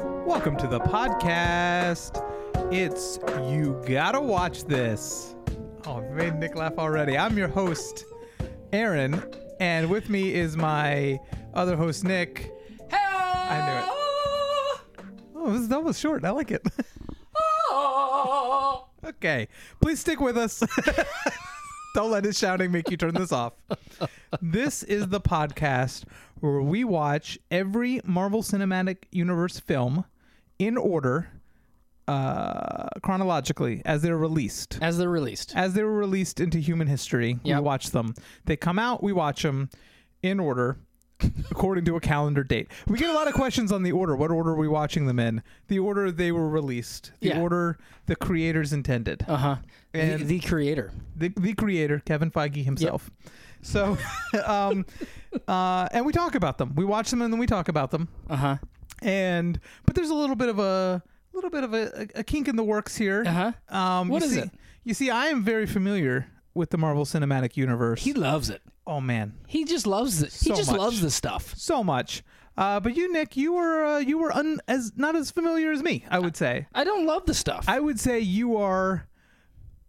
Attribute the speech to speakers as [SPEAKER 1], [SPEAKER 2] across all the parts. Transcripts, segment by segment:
[SPEAKER 1] welcome to the podcast. It's You Gotta Watch This. Oh, I've made Nick laugh already. I'm your host, Aaron, and with me is my other host, Nick. I
[SPEAKER 2] knew it.
[SPEAKER 1] Oh, this, that was short. I like it.
[SPEAKER 2] Oh.
[SPEAKER 1] Okay, please stick with us. Don't let his shouting make you turn this off. This is the podcast where we watch every Marvel Cinematic Universe film in order, uh, chronologically, as they're released.
[SPEAKER 2] As they're released.
[SPEAKER 1] As they were released into human history,
[SPEAKER 2] Yep.
[SPEAKER 1] we watch them. They come out, we watch them in order. According to a calendar date, we get a lot of questions on the order. What order are we watching them in? The order they were released, the
[SPEAKER 2] Yeah.
[SPEAKER 1] order the creators intended
[SPEAKER 2] Uh huh. The,
[SPEAKER 1] And-
[SPEAKER 2] the creator.
[SPEAKER 1] the, the creator Kevin Feige himself. So, um, uh, and we talk about them. We watch them and then we talk about them.
[SPEAKER 2] Uh huh.
[SPEAKER 1] And but there's a little bit of a little bit of a, a kink in the works here.
[SPEAKER 2] Uh-huh.
[SPEAKER 1] Um,
[SPEAKER 2] What
[SPEAKER 1] you
[SPEAKER 2] is
[SPEAKER 1] see,
[SPEAKER 2] it?
[SPEAKER 1] You see, I am very familiar with the Marvel Cinematic Universe.
[SPEAKER 2] He loves it.
[SPEAKER 1] oh man,
[SPEAKER 2] He just loves it.
[SPEAKER 1] So
[SPEAKER 2] he just
[SPEAKER 1] much.
[SPEAKER 2] loves the stuff.
[SPEAKER 1] so much. Uh, but you, Nick, you were uh, you were un- as not as familiar as me. I
[SPEAKER 2] Uh,
[SPEAKER 1] would say.
[SPEAKER 2] I don't love the stuff.
[SPEAKER 1] I would say you are,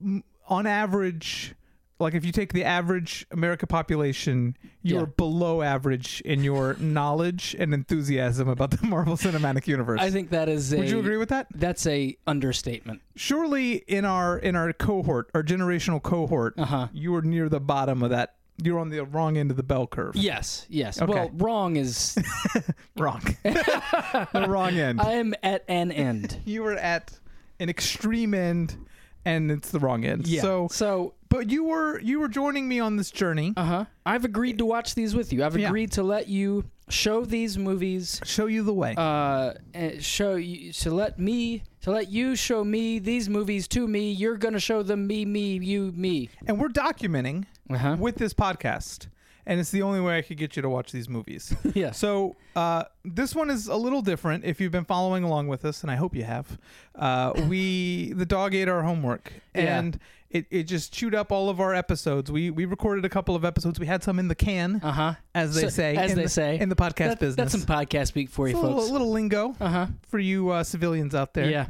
[SPEAKER 1] m- on average, like if you take the average America population, you're
[SPEAKER 2] Yeah.
[SPEAKER 1] below average in your knowledge and enthusiasm about the Marvel Cinematic Universe.
[SPEAKER 2] I think that is a.
[SPEAKER 1] would you agree with that?
[SPEAKER 2] That's a understatement.
[SPEAKER 1] Surely, in our in our cohort, our generational cohort,
[SPEAKER 2] Uh-huh.
[SPEAKER 1] you are near the bottom of that. You're on the wrong end of the bell curve.
[SPEAKER 2] Yes. Yes.
[SPEAKER 1] Okay.
[SPEAKER 2] Well, wrong is.
[SPEAKER 1] Wrong. the wrong end.
[SPEAKER 2] I'm at an end.
[SPEAKER 1] you were at an extreme end, and it's the wrong end.
[SPEAKER 2] Yeah.
[SPEAKER 1] So,
[SPEAKER 2] So.
[SPEAKER 1] but you were you were joining me on this journey.
[SPEAKER 2] Uh huh. I've agreed to watch these with you. I've
[SPEAKER 1] Yeah.
[SPEAKER 2] agreed to let you show these movies.
[SPEAKER 1] show you the way.
[SPEAKER 2] uh, and show you to let me to let you show me these movies to me. You're gonna show them me, me, you, me.
[SPEAKER 1] and we're documenting
[SPEAKER 2] Uh-huh.
[SPEAKER 1] with this podcast. And it's the only way I could get you to watch these movies.
[SPEAKER 2] Yeah.
[SPEAKER 1] So uh, this one is a little different. If you've been following along with us, and I hope you have, uh, we the dog ate our homework,
[SPEAKER 2] Yeah.
[SPEAKER 1] and it, it just chewed up all of our episodes. We we recorded a couple of episodes. We had some in the can,
[SPEAKER 2] Uh huh.
[SPEAKER 1] Uh-huh. as they
[SPEAKER 2] So-
[SPEAKER 1] say,
[SPEAKER 2] as
[SPEAKER 1] in
[SPEAKER 2] they
[SPEAKER 1] the,
[SPEAKER 2] say.
[SPEAKER 1] in the podcast business.
[SPEAKER 2] That's some podcast speak for you,
[SPEAKER 1] It's a little,
[SPEAKER 2] folks.
[SPEAKER 1] little lingo
[SPEAKER 2] Uh huh.
[SPEAKER 1] for you uh, civilians out there.
[SPEAKER 2] Yeah.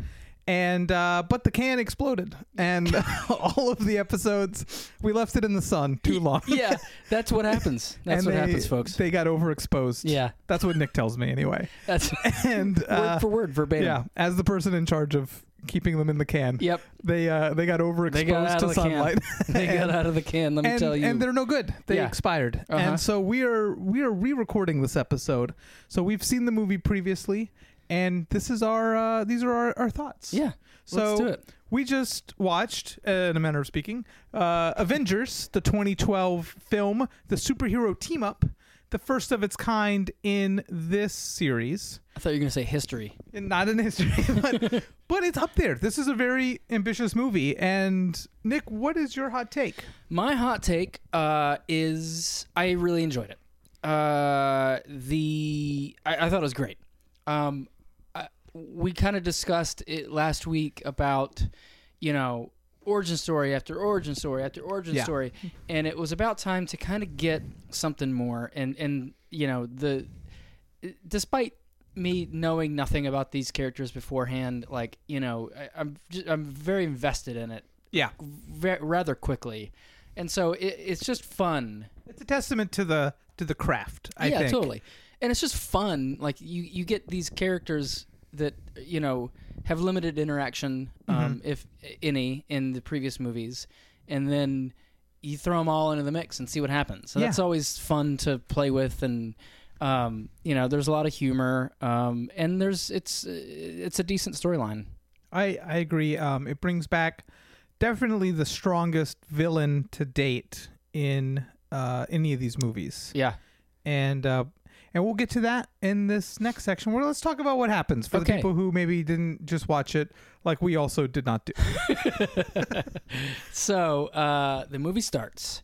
[SPEAKER 1] and uh, but the can exploded, and all of the episodes we left it in the sun too long.
[SPEAKER 2] Yeah. That's what happens. That's
[SPEAKER 1] And
[SPEAKER 2] what
[SPEAKER 1] they-
[SPEAKER 2] happens, folks.
[SPEAKER 1] They got overexposed.
[SPEAKER 2] Yeah.
[SPEAKER 1] that's what Nick tells me anyway.
[SPEAKER 2] That's
[SPEAKER 1] And uh,
[SPEAKER 2] word for word verbatim.
[SPEAKER 1] yeah, as the person in charge of keeping them in the can,
[SPEAKER 2] Yep.
[SPEAKER 1] they uh, they got overexposed
[SPEAKER 2] They got out
[SPEAKER 1] to
[SPEAKER 2] of the
[SPEAKER 1] sunlight.
[SPEAKER 2] can. They got
[SPEAKER 1] And-
[SPEAKER 2] out of the can. Let me
[SPEAKER 1] and,
[SPEAKER 2] tell you.
[SPEAKER 1] and they're no good. They
[SPEAKER 2] Yeah.
[SPEAKER 1] expired,
[SPEAKER 2] Uh-huh.
[SPEAKER 1] and so we are we are re-recording this episode. So we've seen the movie previously, and this is our uh, these are our, our thoughts.
[SPEAKER 2] yeah.
[SPEAKER 1] So
[SPEAKER 2] let's do it.
[SPEAKER 1] we just watched, uh, in a manner of speaking, uh, Avengers, the 2012 film, the superhero team up, the first of its kind in this series.
[SPEAKER 2] I thought you were gonna say history.
[SPEAKER 1] And Not in history, but, but it's up there. This is a very ambitious movie. And Nick, what is your hot take?
[SPEAKER 2] My hot take uh, is I really enjoyed it. Uh, the I, I thought it was great. Um, I, we kind of discussed it last week about you know origin story after origin story after origin
[SPEAKER 1] Yeah.
[SPEAKER 2] story, and it was about time to kind of get something more. And and you know the despite me knowing nothing about these characters beforehand, like you know I, I'm just, I'm very invested in it
[SPEAKER 1] Yeah,
[SPEAKER 2] ve- rather quickly, and so it, it's just fun.
[SPEAKER 1] it's a testament to the to the craft. I
[SPEAKER 2] yeah,
[SPEAKER 1] think.
[SPEAKER 2] totally. And it's just fun. Like you, you get these characters that you know have limited interaction, um, if any, in the previous movies, and then you throw them all into the mix and see what happens. So
[SPEAKER 1] Yeah.
[SPEAKER 2] that's always fun to play with, and um, you know, there's a lot of humor, um, and there's it's it's a decent storyline.
[SPEAKER 1] I I agree. Um, it brings back definitely the strongest villain to date in uh, any of these movies.
[SPEAKER 2] Yeah.
[SPEAKER 1] and uh, and we'll get to that in this next section. Where let's talk about what happens for the
[SPEAKER 2] Okay.
[SPEAKER 1] people who maybe didn't just watch it, like we also did not do.
[SPEAKER 2] So uh, the movie starts.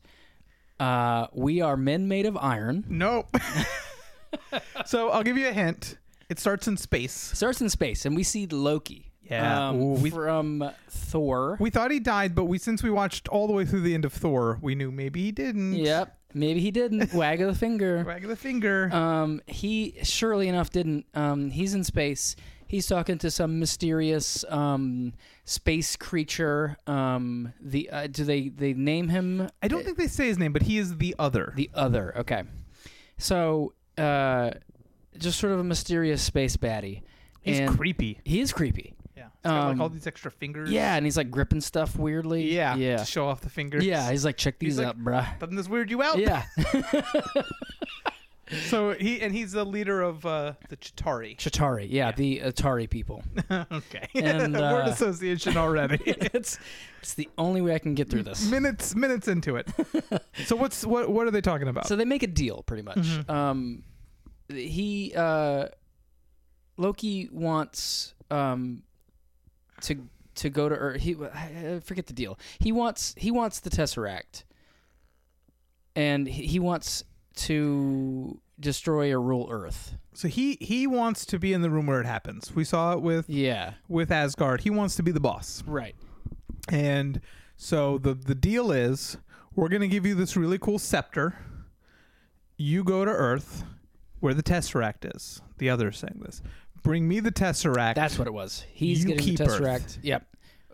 [SPEAKER 2] Uh, we are men made of iron.
[SPEAKER 1] nope. so I'll give you a hint. It starts in space.
[SPEAKER 2] starts in space, and we see Loki.
[SPEAKER 1] Yeah.
[SPEAKER 2] um,
[SPEAKER 1] Ooh, we-
[SPEAKER 2] from Thor.
[SPEAKER 1] We thought he died, but we since we watched all the way through the end of Thor, we knew maybe he didn't.
[SPEAKER 2] yep. Maybe he didn't wag of the finger.
[SPEAKER 1] Wag of the finger.
[SPEAKER 2] Um, he surely enough didn't. Um, he's in space. He's talking to some mysterious um, space creature. Um, the uh, do they they name him Uh,
[SPEAKER 1] I don't think they say his name, but he is the other.
[SPEAKER 2] the other? Okay, so uh, just sort of a mysterious space baddie.
[SPEAKER 1] He's
[SPEAKER 2] and
[SPEAKER 1] creepy.
[SPEAKER 2] he is creepy.
[SPEAKER 1] Yeah. He's got like
[SPEAKER 2] Um,
[SPEAKER 1] all these extra fingers.
[SPEAKER 2] Yeah, and he's like gripping stuff weirdly.
[SPEAKER 1] Yeah.
[SPEAKER 2] yeah,
[SPEAKER 1] To show off the fingers.
[SPEAKER 2] yeah. He's like, check
[SPEAKER 1] He's
[SPEAKER 2] these
[SPEAKER 1] like-
[SPEAKER 2] out, bruh.
[SPEAKER 1] Doesn't this weird you out?
[SPEAKER 2] Yeah,
[SPEAKER 1] So he and he's the leader of uh, the Chitari.
[SPEAKER 2] Chitari. Yeah, the Atari people.
[SPEAKER 1] okay.
[SPEAKER 2] And,
[SPEAKER 1] Word
[SPEAKER 2] uh,
[SPEAKER 1] association already.
[SPEAKER 2] it's it's the only way I can get through this.
[SPEAKER 1] minutes minutes into it. so what's what what are they talking about?
[SPEAKER 2] So they make a deal, pretty much.
[SPEAKER 1] Mm-hmm.
[SPEAKER 2] Um, he uh, Loki wants um, to to go to Earth. He I I forget the deal. He wants he wants the Tesseract, and he, he wants to destroy or rule Earth.
[SPEAKER 1] So he he wants to be in the room where it happens. We saw it with
[SPEAKER 2] Yeah,
[SPEAKER 1] with Asgard. He wants to be the boss.
[SPEAKER 2] right.
[SPEAKER 1] And so the the deal is we're going to give you this really cool scepter. You go to Earth where the Tesseract is. The other is saying this. Bring me the Tesseract.
[SPEAKER 2] That's what it was. He's
[SPEAKER 1] You
[SPEAKER 2] getting
[SPEAKER 1] keep
[SPEAKER 2] the
[SPEAKER 1] Earth.
[SPEAKER 2] Tesseract. Yep.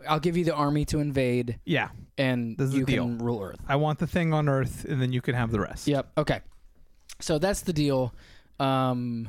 [SPEAKER 2] I'll give you the army to invade,
[SPEAKER 1] yeah.
[SPEAKER 2] and
[SPEAKER 1] This is the
[SPEAKER 2] you
[SPEAKER 1] deal.
[SPEAKER 2] can rule Earth.
[SPEAKER 1] I want the thing on Earth and then you can have the rest.
[SPEAKER 2] Yep. Okay. So that's the deal. Um,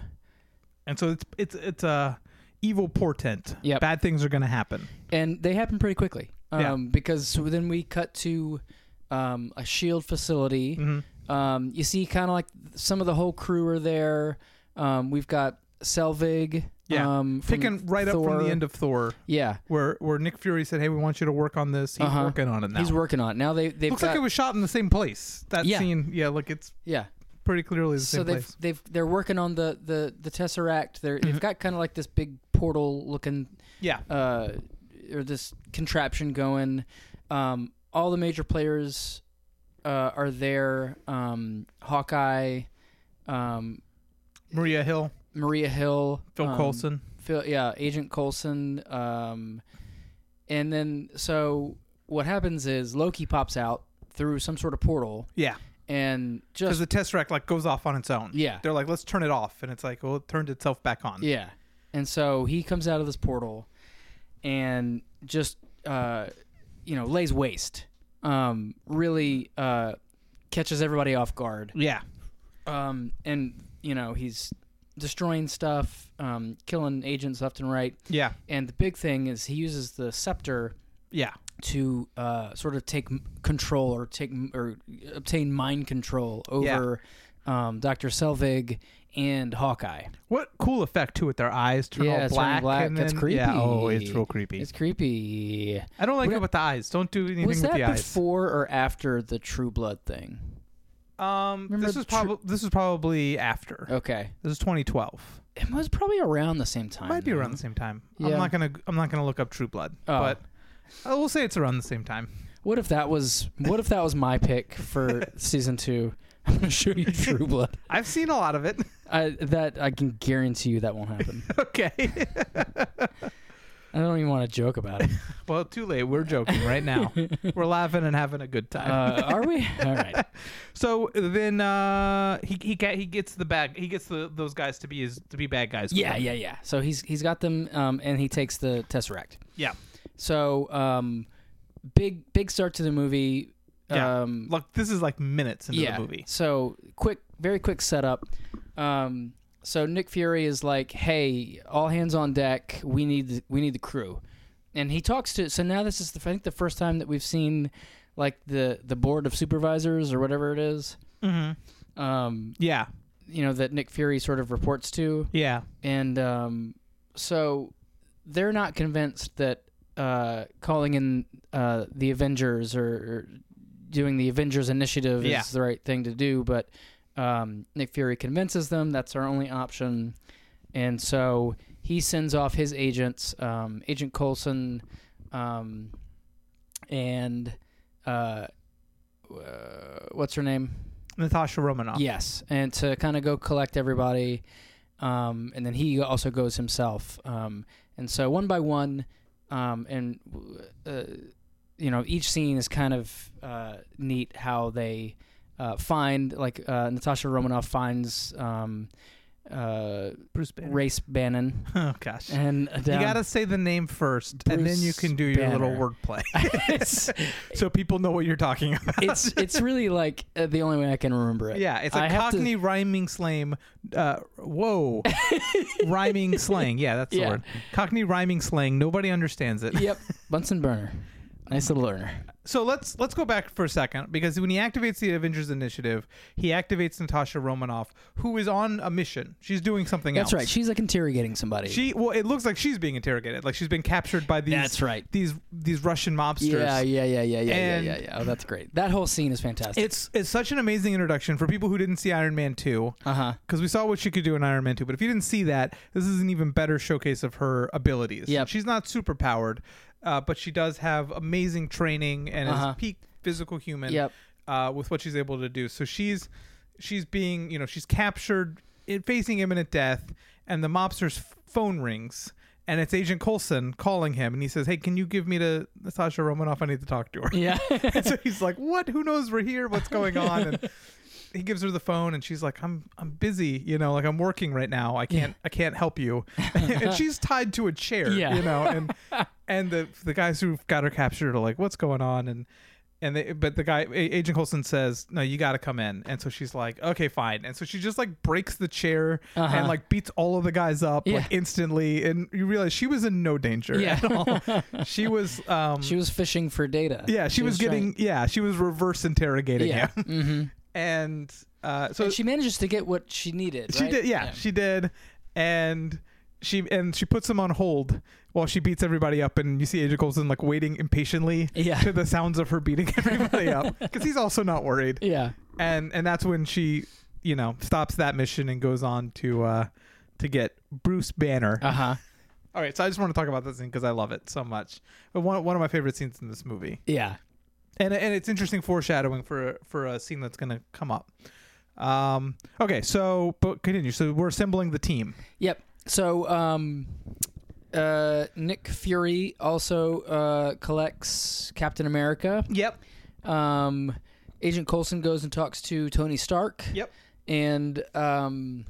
[SPEAKER 1] And so it's it's it's a evil portent.
[SPEAKER 2] Yep.
[SPEAKER 1] Bad things are going to happen.
[SPEAKER 2] and they happen pretty quickly. Um,
[SPEAKER 1] Yeah.
[SPEAKER 2] Because so then we cut to um, a shield facility.
[SPEAKER 1] Mm-hmm.
[SPEAKER 2] Um, you see, kind of like some of the whole crew are there. Um, we've got Selvig.
[SPEAKER 1] Yeah.
[SPEAKER 2] Um, from
[SPEAKER 1] Picking right up from
[SPEAKER 2] Thor.
[SPEAKER 1] the end of Thor
[SPEAKER 2] Yeah.
[SPEAKER 1] where where Nick Fury said, "Hey, we want you to work on this." He's
[SPEAKER 2] Uh-huh.
[SPEAKER 1] working on it now.
[SPEAKER 2] He's working on it now. They they've
[SPEAKER 1] Looks
[SPEAKER 2] got
[SPEAKER 1] like it was shot in the same place. That
[SPEAKER 2] Yeah.
[SPEAKER 1] scene, yeah, look, it's
[SPEAKER 2] yeah.
[SPEAKER 1] pretty clearly the
[SPEAKER 2] So
[SPEAKER 1] same
[SPEAKER 2] they've
[SPEAKER 1] place. Mm-hmm.
[SPEAKER 2] they've they're working on the the the tesseract. They're, They've got kind of like this big portal looking
[SPEAKER 1] Yeah,
[SPEAKER 2] uh, or this contraption going. Um, all the major players uh, are there. Um, Hawkeye, um,
[SPEAKER 1] Maria Hill,
[SPEAKER 2] Maria Hill,
[SPEAKER 1] Phil
[SPEAKER 2] um,
[SPEAKER 1] Coulson.
[SPEAKER 2] Phil, yeah, Agent Coulson. Um, and then so what happens is Loki pops out through some sort of portal
[SPEAKER 1] Yeah,
[SPEAKER 2] and
[SPEAKER 1] because
[SPEAKER 2] just
[SPEAKER 1] the Tesseract like goes off on its own.
[SPEAKER 2] Yeah.
[SPEAKER 1] they're like, let's turn it off, and it's like, well, it turned itself back on.
[SPEAKER 2] Yeah. And so he comes out of this portal and just uh you know, lays waste. Um really uh catches everybody off guard.
[SPEAKER 1] yeah,
[SPEAKER 2] Um and you know, he's destroying stuff, um killing agents left and right.
[SPEAKER 1] yeah,
[SPEAKER 2] And the big thing is he uses the scepter
[SPEAKER 1] yeah.
[SPEAKER 2] to uh, sort of take m- control or take m- or obtain mind control over um, Dr. Selvig and Hawkeye.
[SPEAKER 1] What cool effect too with their eyes turn
[SPEAKER 2] Yeah,
[SPEAKER 1] all
[SPEAKER 2] it's
[SPEAKER 1] black.
[SPEAKER 2] turning black.
[SPEAKER 1] and
[SPEAKER 2] That's
[SPEAKER 1] then- Yeah, oh,
[SPEAKER 2] creepy.
[SPEAKER 1] it's real creepy.
[SPEAKER 2] It's creepy.
[SPEAKER 1] I don't like
[SPEAKER 2] What-
[SPEAKER 1] it with the eyes. Don't do anything
[SPEAKER 2] Was
[SPEAKER 1] with
[SPEAKER 2] that
[SPEAKER 1] the eyes.
[SPEAKER 2] before or after the True Blood thing?
[SPEAKER 1] um,
[SPEAKER 2] Remember
[SPEAKER 1] this is
[SPEAKER 2] tr- Oh.
[SPEAKER 1] probably this is probably after.
[SPEAKER 2] Okay,
[SPEAKER 1] This is 2012.
[SPEAKER 2] it was probably around the same time.
[SPEAKER 1] Might be
[SPEAKER 2] though.
[SPEAKER 1] around the same time.
[SPEAKER 2] Yeah.
[SPEAKER 1] I'm not gonna I'm not gonna look up True Blood,
[SPEAKER 2] Oh.
[SPEAKER 1] but I will say it's around the same time.
[SPEAKER 2] What if that was? What if that was my pick for season two? I'm gonna show you True Blood.
[SPEAKER 1] I've seen a lot of it.
[SPEAKER 2] I, that I can guarantee you that won't happen.
[SPEAKER 1] okay.
[SPEAKER 2] I don't even want to joke about it.
[SPEAKER 1] Well, too late. We're joking right now. We're laughing and having a good time.
[SPEAKER 2] Uh, are we? All right.
[SPEAKER 1] so then uh, he he get, he gets the bad he gets the, those guys to be his to be bad guys. with
[SPEAKER 2] Yeah,
[SPEAKER 1] him.
[SPEAKER 2] yeah, yeah. So he's he's got them, um, and he takes the tesseract.
[SPEAKER 1] yeah.
[SPEAKER 2] So um, big big start to the movie.
[SPEAKER 1] Yeah.
[SPEAKER 2] Um,
[SPEAKER 1] Look, this is like minutes into the movie.
[SPEAKER 2] So quick, very quick setup. Um, so Nick Fury is like, "Hey, all hands on deck. We need the, we need the crew," and he talks to. So now this is the, I think the first time that we've seen like the the board of supervisors or whatever it is.
[SPEAKER 1] Mm-hmm.
[SPEAKER 2] Um,
[SPEAKER 1] Yeah,
[SPEAKER 2] you know that Nick Fury sort of reports to,
[SPEAKER 1] yeah,
[SPEAKER 2] and um, so they're not convinced that uh, calling in uh, the Avengers or, or doing the Avengers initiative
[SPEAKER 1] Yeah.
[SPEAKER 2] is the right thing to do. But um, Nick Fury convinces them that's our only option, and so he sends off his agents, um, Agent Coulson, um, and uh, uh, what's her name?
[SPEAKER 1] Natasha Romanoff.
[SPEAKER 2] Yes, and to kind of go collect everybody, um, and then he also goes himself, um, and so one by one, um, and uh, you know each scene is kind of uh, neat how they uh, find like uh, Natasha Romanoff finds um, uh,
[SPEAKER 1] Bruce Banner.
[SPEAKER 2] Race Bannon,
[SPEAKER 1] Oh gosh.
[SPEAKER 2] and um,
[SPEAKER 1] You
[SPEAKER 2] down-
[SPEAKER 1] gotta say the name first, and then you
[SPEAKER 2] Bruce
[SPEAKER 1] can do your little
[SPEAKER 2] Banner.
[SPEAKER 1] wordplay,
[SPEAKER 2] it's,
[SPEAKER 1] so people know what you're talking about.
[SPEAKER 2] it's it's really like uh, the only way I can remember it.
[SPEAKER 1] Yeah, it's a
[SPEAKER 2] I have to-
[SPEAKER 1] Cockney rhyming slang. Uh, whoa, rhyming slang. Yeah, that's the
[SPEAKER 2] Yeah.
[SPEAKER 1] word. Cockney rhyming slang. Nobody understands it.
[SPEAKER 2] yep, Bunsen burner, nice little learner.
[SPEAKER 1] So let's let's go back for a second because when he activates the Avengers Initiative, he activates Natasha Romanoff, who is on a mission. She's doing something else.
[SPEAKER 2] That's right. She's like interrogating somebody.
[SPEAKER 1] She well, it looks like she's being interrogated. Like she's been captured by these.
[SPEAKER 2] That's right.
[SPEAKER 1] These these Russian mobsters.
[SPEAKER 2] yeah, yeah, yeah, yeah, yeah,
[SPEAKER 1] And-
[SPEAKER 2] yeah, yeah, yeah. Oh, that's great. That whole scene is fantastic.
[SPEAKER 1] It's it's such an amazing introduction for people who didn't see Iron Man two.
[SPEAKER 2] Uh huh.
[SPEAKER 1] because we saw what she could do in Iron Man 2, but if you didn't see that, this is an even better showcase of her abilities.
[SPEAKER 2] Yep.
[SPEAKER 1] She's not super powered, uh, but she does have amazing training and
[SPEAKER 2] Uh-huh.
[SPEAKER 1] is peak physical human
[SPEAKER 2] Yep.
[SPEAKER 1] uh, with what she's able to do. So she's she's being, you know, she's captured, in, facing imminent death, and the mobster's f- phone rings. And it's Agent Coulson calling him, and he says, "Hey, can you give me to Natasha Romanoff? I need to talk to her."
[SPEAKER 2] Yeah.
[SPEAKER 1] and so he's like, "What? Who knows? We're here. What's going on?" And he gives her the phone, and she's like, "I'm I'm busy. You know, like I'm working right now. I can't I can't help you." and she's tied to a chair.
[SPEAKER 2] Yeah.
[SPEAKER 1] You know, and and the the guys who got her captured are like, "What's going on?" And and they, but the guy A- agent colson says no you got to come in and so she's like okay fine and so she just like breaks the chair and like beats all of the guys up
[SPEAKER 2] Uh-huh. Yeah.
[SPEAKER 1] like instantly and you realize she was in no danger
[SPEAKER 2] Yeah.
[SPEAKER 1] at all she was um
[SPEAKER 2] she was fishing for data.
[SPEAKER 1] yeah, she, was, getting. Yeah, she was reverse interrogating
[SPEAKER 2] Yeah.
[SPEAKER 1] him,
[SPEAKER 2] hmm
[SPEAKER 1] and uh, so
[SPEAKER 2] and she manages to get what she needed.
[SPEAKER 1] she
[SPEAKER 2] right?
[SPEAKER 1] did. Yeah, she did, and she and she puts him on hold while she beats everybody up, and you see Agent Coulson like waiting impatiently
[SPEAKER 2] Yeah.
[SPEAKER 1] to the sounds of her beating everybody up because he's also not worried,
[SPEAKER 2] Yeah.
[SPEAKER 1] and and that's when she, you know, stops that mission and goes on to uh to get Bruce Banner.
[SPEAKER 2] Uh huh.
[SPEAKER 1] All right, so I just want to talk about this scene because I love it so much. But one one of my favorite scenes in this movie.
[SPEAKER 2] Yeah.
[SPEAKER 1] and and it's interesting foreshadowing for for a scene that's gonna come up. Um. Okay. So, but continue. So we're assembling the team.
[SPEAKER 2] Yep. So, um, uh, Nick Fury also uh, collects Captain America.
[SPEAKER 1] Yep.
[SPEAKER 2] Um, Agent Coulson goes and talks to Tony Stark.
[SPEAKER 1] Yep.
[SPEAKER 2] And um,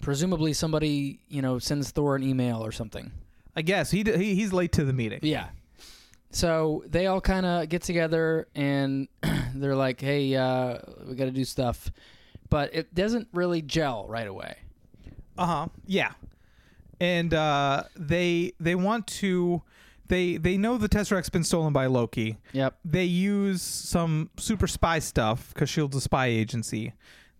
[SPEAKER 2] presumably somebody you know sends Thor an email or something.
[SPEAKER 1] I guess he, d- he he's late to the meeting.
[SPEAKER 2] Yeah. So they all kind of get together and they're like, "Hey, uh, we got to do stuff," but it doesn't really gel right away.
[SPEAKER 1] Uh huh. Yeah. And uh, they they want to they they know the tesseract's been stolen by Loki.
[SPEAKER 2] Yep.
[SPEAKER 1] They use some super spy stuff because Shield's a spy agency.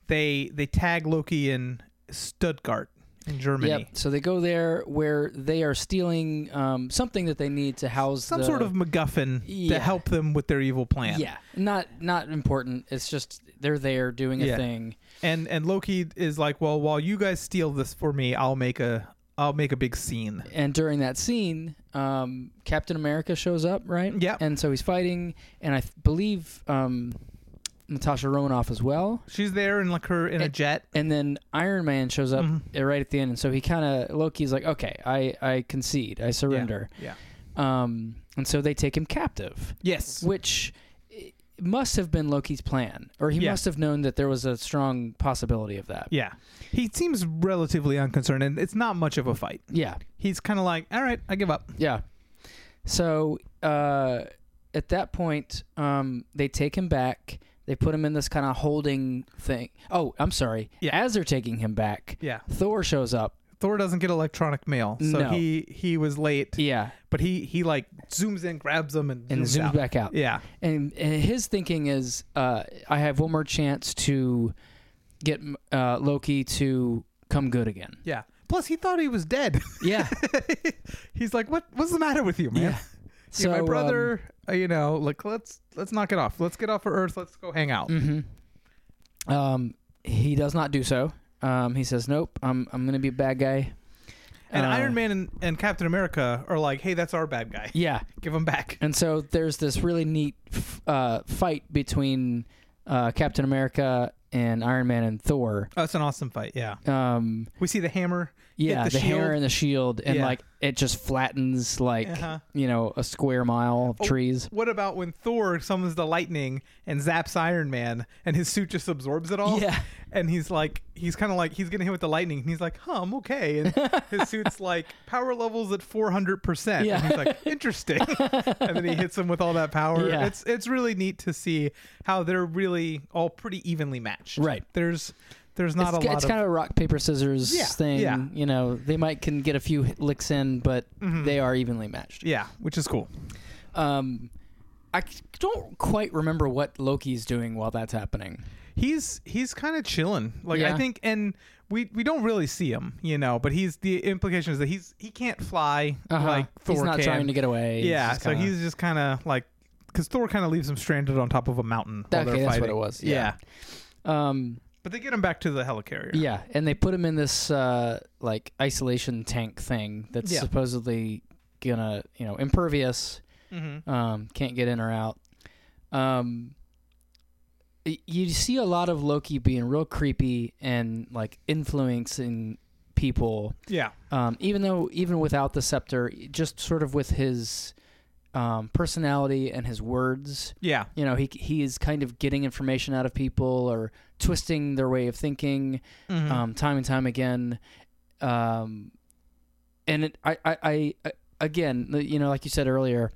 [SPEAKER 1] They they tag Loki in Stuttgart in Germany.
[SPEAKER 2] Yep. So they go there where they are stealing um, something that they need to house
[SPEAKER 1] Some
[SPEAKER 2] the-
[SPEAKER 1] sort of MacGuffin
[SPEAKER 2] Yeah.
[SPEAKER 1] to help them with their evil plan.
[SPEAKER 2] yeah. Not not important. It's just they're there doing a
[SPEAKER 1] Yeah.
[SPEAKER 2] thing.
[SPEAKER 1] and and Loki is like, well, while you guys steal this for me, I'll make a I'll make a big scene.
[SPEAKER 2] And during that scene, um, Captain America shows up, right?
[SPEAKER 1] Yep.
[SPEAKER 2] And so he's fighting, and I th- believe um, Natasha Romanoff as well.
[SPEAKER 1] She's there in like her in a
[SPEAKER 2] And-
[SPEAKER 1] jet.
[SPEAKER 2] and then Iron Man shows up
[SPEAKER 1] Mhm.
[SPEAKER 2] uh, right at the end, and so he kind of Loki's like, okay, I I concede, I surrender,
[SPEAKER 1] Yeah.
[SPEAKER 2] um, and so they take him captive,
[SPEAKER 1] Yes.
[SPEAKER 2] which i- must have been Loki's plan, or he
[SPEAKER 1] Yeah.
[SPEAKER 2] must have known that there was a strong possibility of that.
[SPEAKER 1] yeah. He seems relatively unconcerned, and it's not much of a fight.
[SPEAKER 2] Yeah,
[SPEAKER 1] He's kind of like, all right, I give up.
[SPEAKER 2] yeah. So uh, at that point, um, they take him back. They put him in this kind of holding thing. Oh, I'm sorry.
[SPEAKER 1] Yeah.
[SPEAKER 2] As they're taking him back,
[SPEAKER 1] Yeah.
[SPEAKER 2] Thor shows up.
[SPEAKER 1] Thor doesn't get electronic mail, so
[SPEAKER 2] No.
[SPEAKER 1] he he was late.
[SPEAKER 2] Yeah,
[SPEAKER 1] But he he like zooms in, grabs them, and
[SPEAKER 2] and zooms
[SPEAKER 1] out.
[SPEAKER 2] back out.
[SPEAKER 1] Yeah.
[SPEAKER 2] and, and his thinking is, uh, I have one more chance to get uh, Loki to come good again.
[SPEAKER 1] Yeah. Plus, he thought he was dead.
[SPEAKER 2] Yeah,
[SPEAKER 1] He's like, what What's the matter with you, man?
[SPEAKER 2] yeah.
[SPEAKER 1] So,
[SPEAKER 2] So
[SPEAKER 1] my
[SPEAKER 2] um,
[SPEAKER 1] brother, uh, you know, like let's let's knock it off. Let's get off of Earth. Let's go hang out.
[SPEAKER 2] mhm. Um, he does not do so. Um, he says, "Nope, I'm I'm gonna be a bad guy."
[SPEAKER 1] And
[SPEAKER 2] Uh,
[SPEAKER 1] Iron Man and, and Captain America are like, hey, that's our bad guy.
[SPEAKER 2] Yeah,
[SPEAKER 1] Give him back.
[SPEAKER 2] and so there's this really neat f- uh, fight between uh, Captain America and Iron Man and Thor.
[SPEAKER 1] That's Oh, an awesome fight. Yeah.
[SPEAKER 2] Um,
[SPEAKER 1] We see the hammer.
[SPEAKER 2] yeah,
[SPEAKER 1] the
[SPEAKER 2] the, hair
[SPEAKER 1] shield.
[SPEAKER 2] and the shield, and
[SPEAKER 1] Yeah.
[SPEAKER 2] like it just flattens like
[SPEAKER 1] Uh-huh.
[SPEAKER 2] you know a square mile of
[SPEAKER 1] Oh.
[SPEAKER 2] trees.
[SPEAKER 1] What about when Thor summons the lightning and zaps Iron Man and his suit just absorbs it all?
[SPEAKER 2] Yeah.
[SPEAKER 1] and he's like, he's kind of like, he's getting hit with the lightning, and he's like, huh, I'm okay. And his suit's like, power levels at 400%.
[SPEAKER 2] Yeah.
[SPEAKER 1] And he's like, interesting. and then he hits him with all that power.
[SPEAKER 2] Yeah.
[SPEAKER 1] It's, it's really neat to see how they're really all pretty evenly matched.
[SPEAKER 2] Right.
[SPEAKER 1] There's, there's not
[SPEAKER 2] it's,
[SPEAKER 1] a
[SPEAKER 2] ki-
[SPEAKER 1] lot
[SPEAKER 2] it's
[SPEAKER 1] of,
[SPEAKER 2] kind of a rock paper scissors
[SPEAKER 1] Yeah,
[SPEAKER 2] thing.
[SPEAKER 1] yeah. Mm-hmm.
[SPEAKER 2] You know, they might can get a few hit- licks in, but they are evenly matched.
[SPEAKER 1] yeah, which is cool.
[SPEAKER 2] Um, I c- don't quite remember what Loki's doing while that's happening.
[SPEAKER 1] he's he's kind of chilling like i
[SPEAKER 2] Yeah.
[SPEAKER 1] think and we we don't really see him you know but he's the implication is that he's he can't fly
[SPEAKER 2] Uh-huh.
[SPEAKER 1] like thor
[SPEAKER 2] he's not
[SPEAKER 1] can.
[SPEAKER 2] trying to get away. He's
[SPEAKER 1] yeah
[SPEAKER 2] just
[SPEAKER 1] so
[SPEAKER 2] kinda-
[SPEAKER 1] he's just kind of like because thor kind of leaves him stranded on top of a mountain while
[SPEAKER 2] Okay,
[SPEAKER 1] they're
[SPEAKER 2] that's
[SPEAKER 1] fighting
[SPEAKER 2] what it was.
[SPEAKER 1] yeah.
[SPEAKER 2] Yeah. Um,
[SPEAKER 1] but they get him back to the helicarrier
[SPEAKER 2] yeah, and they put him in this uh, like isolation tank thing that's
[SPEAKER 1] Yeah.
[SPEAKER 2] supposedly gonna you know impervious.
[SPEAKER 1] hmm
[SPEAKER 2] um, can't get in or out. Um, y- you see a lot of Loki being real creepy and like influencing people,
[SPEAKER 1] yeah
[SPEAKER 2] um, even though even without the scepter, just sort of with his um, personality and his words.
[SPEAKER 1] yeah
[SPEAKER 2] You know, he he is kind of getting information out of people or twisting their way of thinking
[SPEAKER 1] Mhm.
[SPEAKER 2] um, time and time again. Um, and it, I, I, I, I- again, the- you know, like you said earlier,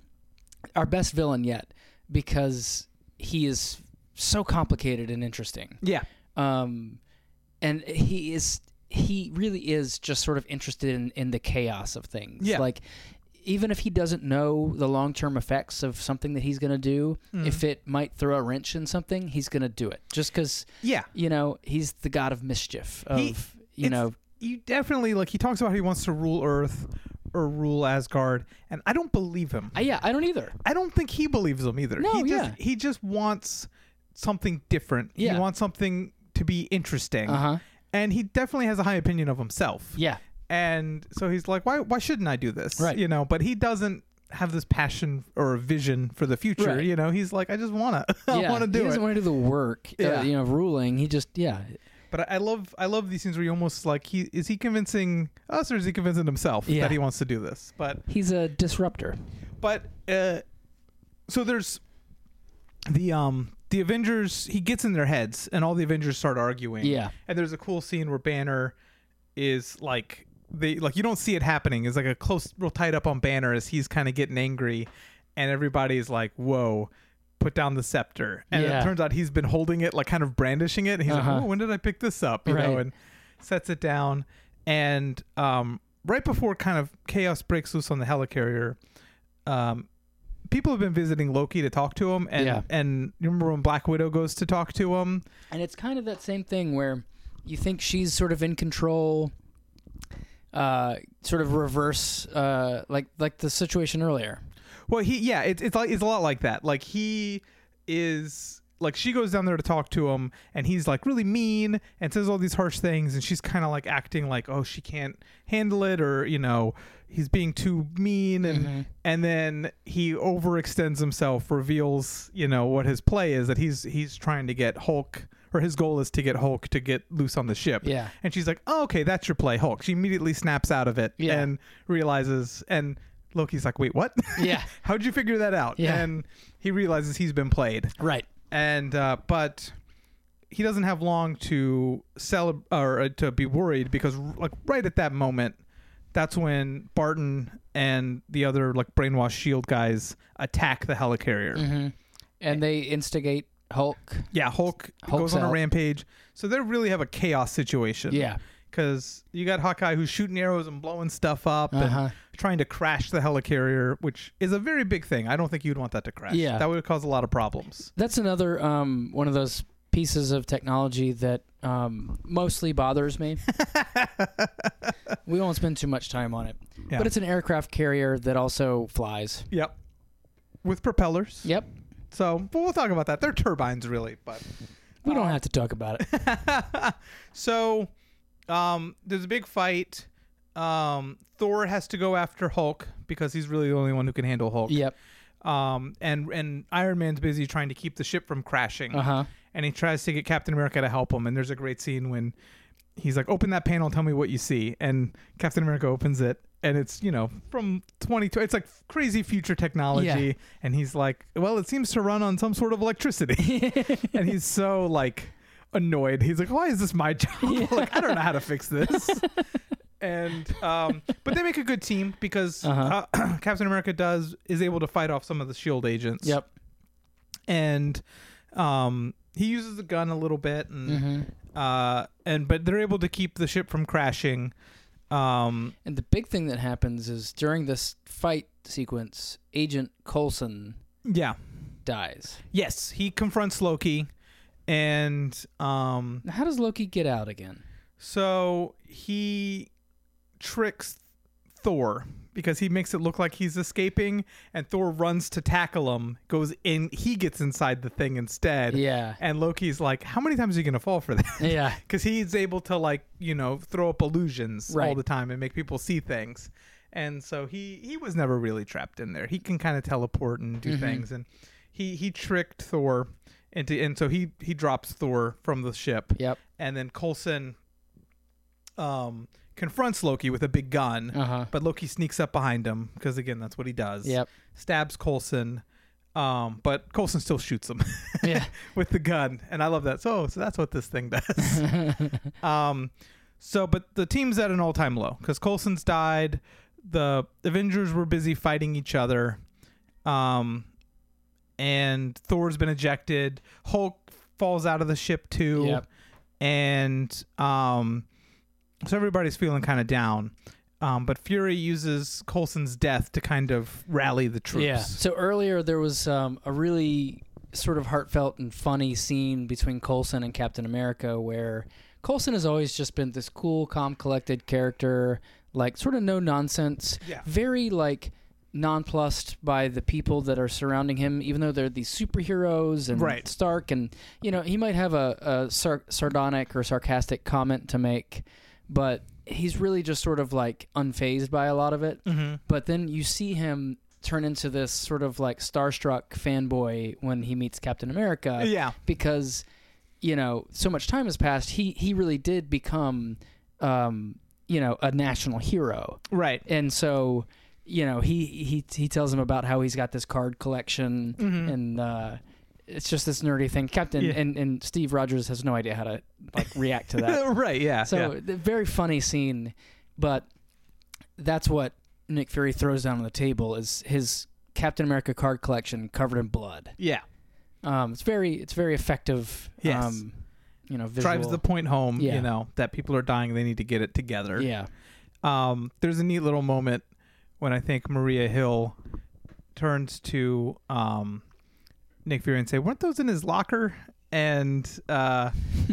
[SPEAKER 2] our best villain yet because he is so complicated and interesting.
[SPEAKER 1] yeah
[SPEAKER 2] Um, and he is, he really is just sort of interested in, in the chaos of things.
[SPEAKER 1] Yeah.
[SPEAKER 2] Like, even if he doesn't know the long term effects of something that he's going to do,
[SPEAKER 1] Mm-hmm.
[SPEAKER 2] if it might throw a wrench in something, he's going to do it just because
[SPEAKER 1] yeah
[SPEAKER 2] you know, he's the god of mischief. Of
[SPEAKER 1] He-
[SPEAKER 2] you
[SPEAKER 1] it's-
[SPEAKER 2] know,
[SPEAKER 1] you definitely like he talks about how he wants to rule earth or rule asgard and i don't believe him
[SPEAKER 2] I, yeah, I don't either.
[SPEAKER 1] I don't think he believes them either.
[SPEAKER 2] No,
[SPEAKER 1] he just
[SPEAKER 2] yeah.
[SPEAKER 1] he just wants something different.
[SPEAKER 2] Yeah.
[SPEAKER 1] He wants something to be interesting.
[SPEAKER 2] Uh huh.
[SPEAKER 1] And he definitely has a high opinion of himself.
[SPEAKER 2] Yeah,
[SPEAKER 1] And so he's like, why why shouldn't I do this?
[SPEAKER 2] Right.
[SPEAKER 1] You know, but he doesn't have this passion or vision for the future.
[SPEAKER 2] Right.
[SPEAKER 1] You know, he's like, I just wanna I
[SPEAKER 2] yeah.
[SPEAKER 1] wanna
[SPEAKER 2] he
[SPEAKER 1] do it.
[SPEAKER 2] doesn't want to do the work. uh,
[SPEAKER 1] Yeah.
[SPEAKER 2] you know, ruling. He just yeah,
[SPEAKER 1] but I, I love I love these scenes where you almost like he is he convincing us or is he convincing himself
[SPEAKER 2] Yeah.
[SPEAKER 1] that he wants to do this? But
[SPEAKER 2] he's a disruptor.
[SPEAKER 1] but uh, so there's the um the Avengers. He gets in their heads, and all the Avengers start arguing.
[SPEAKER 2] Yeah.
[SPEAKER 1] and there's a cool scene where Banner is like they like you don't see it happening. It's like a close, real tight up on Banner as he's kind of getting angry, and everybody's like, "Whoa." Put down the scepter, and
[SPEAKER 2] Yeah.
[SPEAKER 1] it turns out he's been holding it, like kind of brandishing it. And he's
[SPEAKER 2] Uh-huh.
[SPEAKER 1] like, "Oh, when did I pick this up?" You know,
[SPEAKER 2] Right.
[SPEAKER 1] and sets it down. And um, right before kind of chaos breaks loose on the helicarrier, um, people have been visiting Loki to talk to him, and
[SPEAKER 2] Yeah.
[SPEAKER 1] and you remember when Black Widow goes to talk to him?
[SPEAKER 2] And it's kind of that same thing where you think she's sort of in control. Uh, sort of reverse, uh, like like the situation earlier.
[SPEAKER 1] Well, he yeah, it's it's like it's a lot like that. Like he is like she goes down there to talk to him, and he's like really mean and says all these harsh things, and she's kind of like acting like oh she can't handle it or you know he's being too mean and
[SPEAKER 2] Mm-hmm.
[SPEAKER 1] and then he overextends himself reveals you know what his play is that he's he's trying to get hulk or his goal is to get hulk to get loose on the ship
[SPEAKER 2] Yeah.
[SPEAKER 1] and she's like oh, okay that's your play hulk she immediately snaps out of it
[SPEAKER 2] Yeah.
[SPEAKER 1] and realizes and loki's like wait what
[SPEAKER 2] Yeah.
[SPEAKER 1] how'd you figure that out
[SPEAKER 2] Yeah.
[SPEAKER 1] and he realizes he's been played
[SPEAKER 2] Right.
[SPEAKER 1] and uh, but he doesn't have long to cel- or uh, to be worried because like right at that moment that's when barton and the other like brainwash shield E guys attack the helicarrier
[SPEAKER 2] Mm. Mm-hmm. And they instigate Hulk.
[SPEAKER 1] yeah hulk
[SPEAKER 2] Hulk's
[SPEAKER 1] goes on
[SPEAKER 2] out.
[SPEAKER 1] a rampage so they really have a chaos situation
[SPEAKER 2] Yeah.
[SPEAKER 1] because you got hawkeye who's shooting arrows and blowing stuff up
[SPEAKER 2] Uh-huh.
[SPEAKER 1] and trying to crash the helicarrier which is a very big thing i don't think you'd want that to crash
[SPEAKER 2] Yeah.
[SPEAKER 1] that would cause a lot of problems
[SPEAKER 2] That's another um, one of those pieces of technology that um, mostly bothers me. we won't spend too much time on it,
[SPEAKER 1] Yeah.
[SPEAKER 2] but it's an aircraft carrier that also flies.
[SPEAKER 1] yep with propellers
[SPEAKER 2] Yep,
[SPEAKER 1] So, but we'll talk about that. They're turbines, really. But
[SPEAKER 2] we don't have to talk about it.
[SPEAKER 1] so, um, there's a big fight. Um, Thor has to go after Hulk because he's really the only one who can handle Hulk.
[SPEAKER 2] yep.
[SPEAKER 1] Um, and and Iron Man's busy trying to keep the ship from crashing.
[SPEAKER 2] Uh huh.
[SPEAKER 1] And he tries to get Captain America to help him. And there's a great scene when he's like, "Open that panel, tell me what you see." And Captain America opens it, and it's you know from 2020. It's like crazy future technology.
[SPEAKER 2] Yeah.
[SPEAKER 1] And he's like, "Well, it seems to run on some sort of electricity." and he's so like annoyed. He's like, "Why is this my job? like, I don't know how to fix this." and um, but they make a good team because uh
[SPEAKER 2] Uh-huh.
[SPEAKER 1] Captain America does is able to fight off some of the Shield E agents.
[SPEAKER 2] Yep.
[SPEAKER 1] and um, he uses the gun a little bit, and
[SPEAKER 2] Mm-hmm.
[SPEAKER 1] uh, and but they're able to keep the ship from crashing. Um,
[SPEAKER 2] And the big thing that happens is during this fight sequence, Agent Coulson
[SPEAKER 1] yeah,
[SPEAKER 2] dies.
[SPEAKER 1] yes, he confronts Loki, and um,
[SPEAKER 2] Now, how does Loki get out again?
[SPEAKER 1] So he tricks Thor because he makes it look like he's escaping, and Thor runs to tackle him, goes in, he gets inside the thing instead.
[SPEAKER 2] Yeah.
[SPEAKER 1] And Loki's like, How many times are you going to fall for that?
[SPEAKER 2] Yeah.
[SPEAKER 1] Because he's able to, like, you know, throw up illusions all
[SPEAKER 2] Right.
[SPEAKER 1] the time and make people see things. And so he he was never really trapped in there. He can kind of teleport and do
[SPEAKER 2] Mm-hmm.
[SPEAKER 1] things, and he he tricked Thor into, and so he he drops Thor from the ship
[SPEAKER 2] Yep.
[SPEAKER 1] and then Coulson um, confronts Loki with a big gun,
[SPEAKER 2] Uh huh.
[SPEAKER 1] but Loki sneaks up behind him because again that's what he does.
[SPEAKER 2] Yep.
[SPEAKER 1] Stabs Coulson, um, but Coulson still shoots him
[SPEAKER 2] Yeah.
[SPEAKER 1] with the gun, and I love that. So so that's what this thing does. um, so but the team's at an all-time low because Coulson's died. The Avengers were busy fighting each other. Um, and Thor's been ejected. Hulk falls out of the ship too
[SPEAKER 2] Yep.
[SPEAKER 1] and um, so everybody's feeling kind of down. Um, but Fury uses Colson's death to kind of rally the troops.
[SPEAKER 2] Yeah. So earlier there was um, a really sort of heartfelt and funny scene between Coulson and Captain America where Coulson has always just been this cool, calm, collected character, like sort of no nonsense,
[SPEAKER 1] Yeah.
[SPEAKER 2] very like nonplussed by the people that are surrounding him, even though they're these superheroes and
[SPEAKER 1] Right.
[SPEAKER 2] Stark, and you know he might have a, a sar- sardonic or sarcastic comment to make, but he's really just sort of like unfazed by a lot of it
[SPEAKER 1] Mm-hmm.
[SPEAKER 2] but then you see him turn into this sort of like starstruck fanboy when he meets Captain America
[SPEAKER 1] yeah.
[SPEAKER 2] because you know so much time has passed he he really did become um you know a national hero
[SPEAKER 1] Right.
[SPEAKER 2] and so you know he he he tells him about how he's got this card collection
[SPEAKER 1] Mhm.
[SPEAKER 2] and uh it's just this nerdy thing captain
[SPEAKER 1] Yeah.
[SPEAKER 2] and and Steve Rogers has no idea how to like react to that
[SPEAKER 1] right. Yeah.
[SPEAKER 2] so
[SPEAKER 1] yeah.
[SPEAKER 2] the very funny scene, but that's what Nick Fury throws down on the table is his Captain America card collection covered in blood.
[SPEAKER 1] yeah.
[SPEAKER 2] Um, it's very it's very effective.
[SPEAKER 1] Yes.
[SPEAKER 2] Um, you know, visual.
[SPEAKER 1] Drives the point home,
[SPEAKER 2] Yeah.
[SPEAKER 1] you know, that people are dying. They need to get it together.
[SPEAKER 2] Yeah.
[SPEAKER 1] Um, there's a neat little moment when I think Maria Hill turns to um, Nick Fury and say, "Weren't those in his locker?" And uh,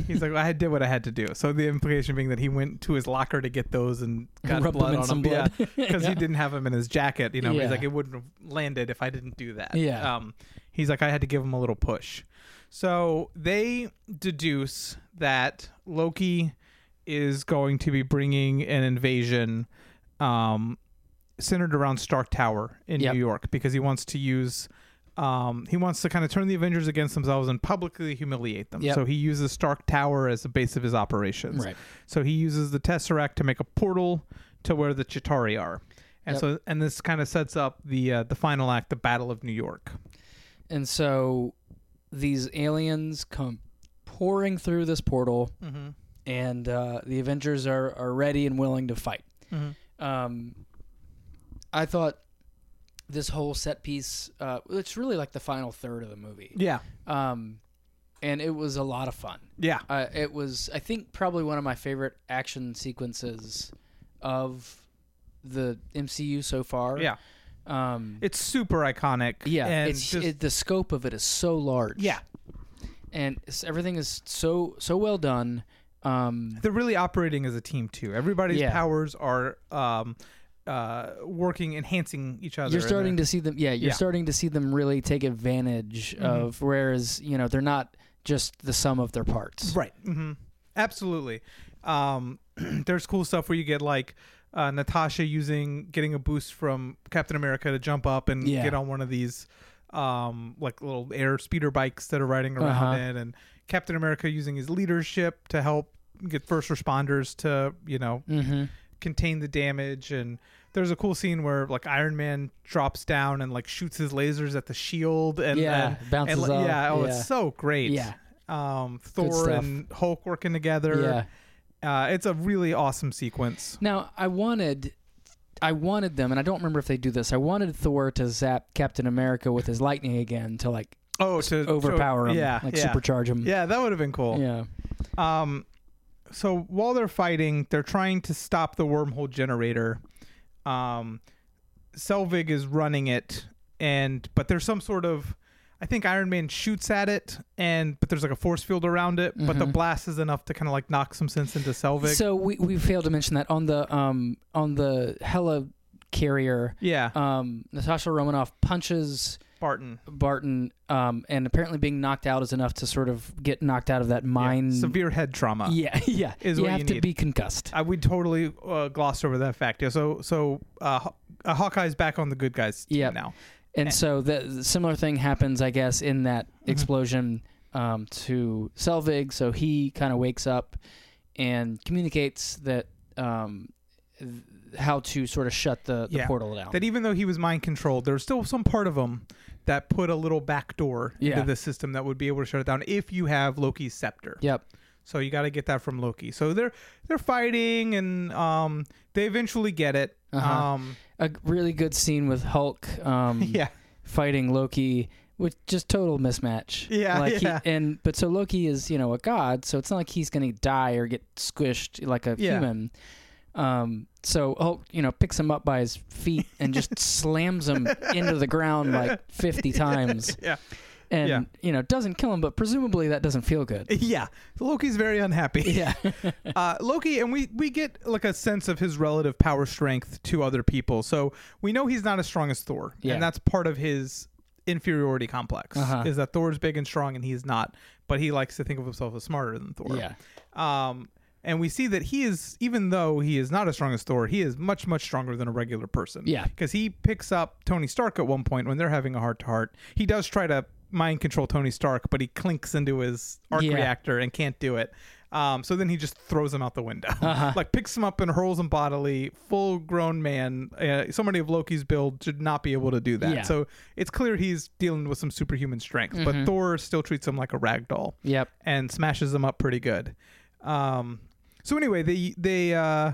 [SPEAKER 1] he's like, "I did what I had to do." So the implication being that he went to his locker to get those and got
[SPEAKER 2] Rub
[SPEAKER 1] blood
[SPEAKER 2] them in
[SPEAKER 1] on
[SPEAKER 2] some
[SPEAKER 1] him,
[SPEAKER 2] blood.
[SPEAKER 1] yeah, because he didn't have them in his jacket. You know, he's
[SPEAKER 2] Yeah.
[SPEAKER 1] like, "It wouldn't have landed if I didn't do that."
[SPEAKER 2] Yeah.
[SPEAKER 1] Um, he's like, "I had to give him a little push." So they deduce that Loki is going to be bringing an invasion um, centered around Stark Tower in
[SPEAKER 2] Yep.
[SPEAKER 1] New York because he wants to use. Um, he wants to kind of turn the Avengers against themselves and publicly humiliate them.
[SPEAKER 2] Yep.
[SPEAKER 1] So he uses Stark Tower as the base of his operations.
[SPEAKER 2] Right.
[SPEAKER 1] So he uses the Tesseract to make a portal to where the Chitari are, and
[SPEAKER 2] Yep.
[SPEAKER 1] so and this kind of sets up the uh, the final act, the Battle of New York.
[SPEAKER 2] And so these aliens come pouring through this portal,
[SPEAKER 1] Mm-hmm.
[SPEAKER 2] and uh, the Avengers are are ready and willing to fight.
[SPEAKER 1] Mm-hmm.
[SPEAKER 2] um, I thought this whole set piece uh, it's really like the final third of the movie
[SPEAKER 1] Yeah.
[SPEAKER 2] um, and it was a lot of fun
[SPEAKER 1] Yeah.
[SPEAKER 2] uh, it was I think probably one of my favorite action sequences of the MCU so far
[SPEAKER 1] Yeah.
[SPEAKER 2] um,
[SPEAKER 1] It's super iconic.
[SPEAKER 2] yeah
[SPEAKER 1] And
[SPEAKER 2] it's
[SPEAKER 1] just-
[SPEAKER 2] it, the scope of it is so large
[SPEAKER 1] yeah.
[SPEAKER 2] and it's- everything is so so well done um,
[SPEAKER 1] they're really operating as a team too. Everybody's
[SPEAKER 2] Yeah.
[SPEAKER 1] powers are um, uh, working, enhancing each other.
[SPEAKER 2] You're
[SPEAKER 1] and
[SPEAKER 2] starting to see them. Yeah, you're
[SPEAKER 1] Yeah. Mm-hmm.
[SPEAKER 2] starting to see them really take advantage of. Whereas you know they're not just the sum of their parts.
[SPEAKER 1] they're- right? hmm Absolutely. Um, there's cool stuff where you get like uh, Natasha using getting a boost from Captain America to jump up and
[SPEAKER 2] Yeah.
[SPEAKER 1] get on one of these um, like little air speeder bikes that are riding around
[SPEAKER 2] Uh-huh.
[SPEAKER 1] it, and Captain America using his leadership to help get first responders to you know
[SPEAKER 2] Mm-hmm.
[SPEAKER 1] contain the damage and there's a cool scene where like Iron Man drops down and like shoots his lasers at the shield and
[SPEAKER 2] Yeah,
[SPEAKER 1] and-
[SPEAKER 2] bounces
[SPEAKER 1] and, like,
[SPEAKER 2] off,
[SPEAKER 1] yeah oh
[SPEAKER 2] yeah.
[SPEAKER 1] it's so great
[SPEAKER 2] Yeah.
[SPEAKER 1] um, Thor
[SPEAKER 2] stuff.
[SPEAKER 1] and Hulk working together. Uh, it's a really awesome sequence.
[SPEAKER 2] Now I wanted, I wanted them, and I don't remember if they do this. I wanted Thor to zap Captain America with his lightning again to like
[SPEAKER 1] Oh, to to-
[SPEAKER 2] overpower him,
[SPEAKER 1] Yeah,
[SPEAKER 2] like
[SPEAKER 1] yeah.
[SPEAKER 2] supercharge him.
[SPEAKER 1] Yeah, that would have been cool.
[SPEAKER 2] yeah.
[SPEAKER 1] Um, so while they're fighting, they're trying to stop the wormhole generator. Um, Selvig is running it, and but there's some sort of, I think Iron Man shoots at it, and but there's like a force field around it, but the
[SPEAKER 2] Mhm.
[SPEAKER 1] blast is enough to kind of like knock some sense into Selvig.
[SPEAKER 2] So we, we failed to mention that on the um on the Hella carrier,
[SPEAKER 1] yeah,
[SPEAKER 2] um, Natasha Romanoff punches
[SPEAKER 1] Barton.
[SPEAKER 2] Barton, um, and apparently being knocked out is enough to sort of get knocked out of that mine.
[SPEAKER 1] yeah. severe head trauma.
[SPEAKER 2] yeah, yeah.
[SPEAKER 1] Is
[SPEAKER 2] you
[SPEAKER 1] what
[SPEAKER 2] have
[SPEAKER 1] you
[SPEAKER 2] to
[SPEAKER 1] need.
[SPEAKER 2] be concussed.
[SPEAKER 1] I would totally uh, gloss over that fact. Yeah. So so uh, Haw- uh, Hawkeye's back on the good guys team
[SPEAKER 2] Yeah.
[SPEAKER 1] now.
[SPEAKER 2] And so the, the similar thing happens, I guess, in that
[SPEAKER 1] Mm-hmm.
[SPEAKER 2] explosion um, to Selvig. So he kind of wakes up and communicates that um, th- how to sort of shut the, the
[SPEAKER 1] Yeah.
[SPEAKER 2] portal down.
[SPEAKER 1] that even though he was mind controlled, there's still some part of him that put a little back door
[SPEAKER 2] Yeah.
[SPEAKER 1] into the system that would be able to shut it down if you have Loki's scepter.
[SPEAKER 2] yep.
[SPEAKER 1] So you got to get that from Loki. So they're they're fighting and um they eventually get it.
[SPEAKER 2] Uh-huh.
[SPEAKER 1] Um
[SPEAKER 2] A really good scene with Hulk um,
[SPEAKER 1] yeah.
[SPEAKER 2] fighting Loki, which just total mismatch.
[SPEAKER 1] Yeah,
[SPEAKER 2] like
[SPEAKER 1] yeah.
[SPEAKER 2] He, and but so Loki is you know a god, so it's not like he's gonna die or get squished like a
[SPEAKER 1] Yeah.
[SPEAKER 2] human. Um, so Hulk, you know, picks him up by his feet and just slams him into the ground like fifty times,
[SPEAKER 1] Yeah.
[SPEAKER 2] and
[SPEAKER 1] Yeah.
[SPEAKER 2] you know doesn't kill him, but presumably that doesn't feel good.
[SPEAKER 1] Yeah. Loki's very unhappy.
[SPEAKER 2] Yeah,
[SPEAKER 1] uh, Loki, and we we get like a sense of his relative power strength to other people. So we know he's not as strong as Thor,
[SPEAKER 2] Yeah.
[SPEAKER 1] and that's part of his inferiority complex
[SPEAKER 2] Uh-huh.
[SPEAKER 1] is that Thor's big and strong and he's not. But he likes to think of himself as smarter than Thor.
[SPEAKER 2] yeah,
[SPEAKER 1] Um, and we see that he is, even though he is not as strong as Thor, he is much, much stronger than a regular person.
[SPEAKER 2] Yeah.
[SPEAKER 1] Because he picks up Tony Stark at one point when they're having a heart to heart. He does try to mind control Tony Stark, but he clinks into his arc
[SPEAKER 2] Yeah.
[SPEAKER 1] reactor and can't do it. Um, so then he just throws him out the window,
[SPEAKER 2] Uh-huh.
[SPEAKER 1] like picks him up and hurls him bodily. Full grown man, uh, somebody of Loki's build should not be able to do that.
[SPEAKER 2] Yeah.
[SPEAKER 1] So it's clear he's dealing with some superhuman strength, but
[SPEAKER 2] Mm-hmm.
[SPEAKER 1] Thor still treats him like a rag doll
[SPEAKER 2] yep.
[SPEAKER 1] and smashes them up pretty good. Um, so anyway, they they uh,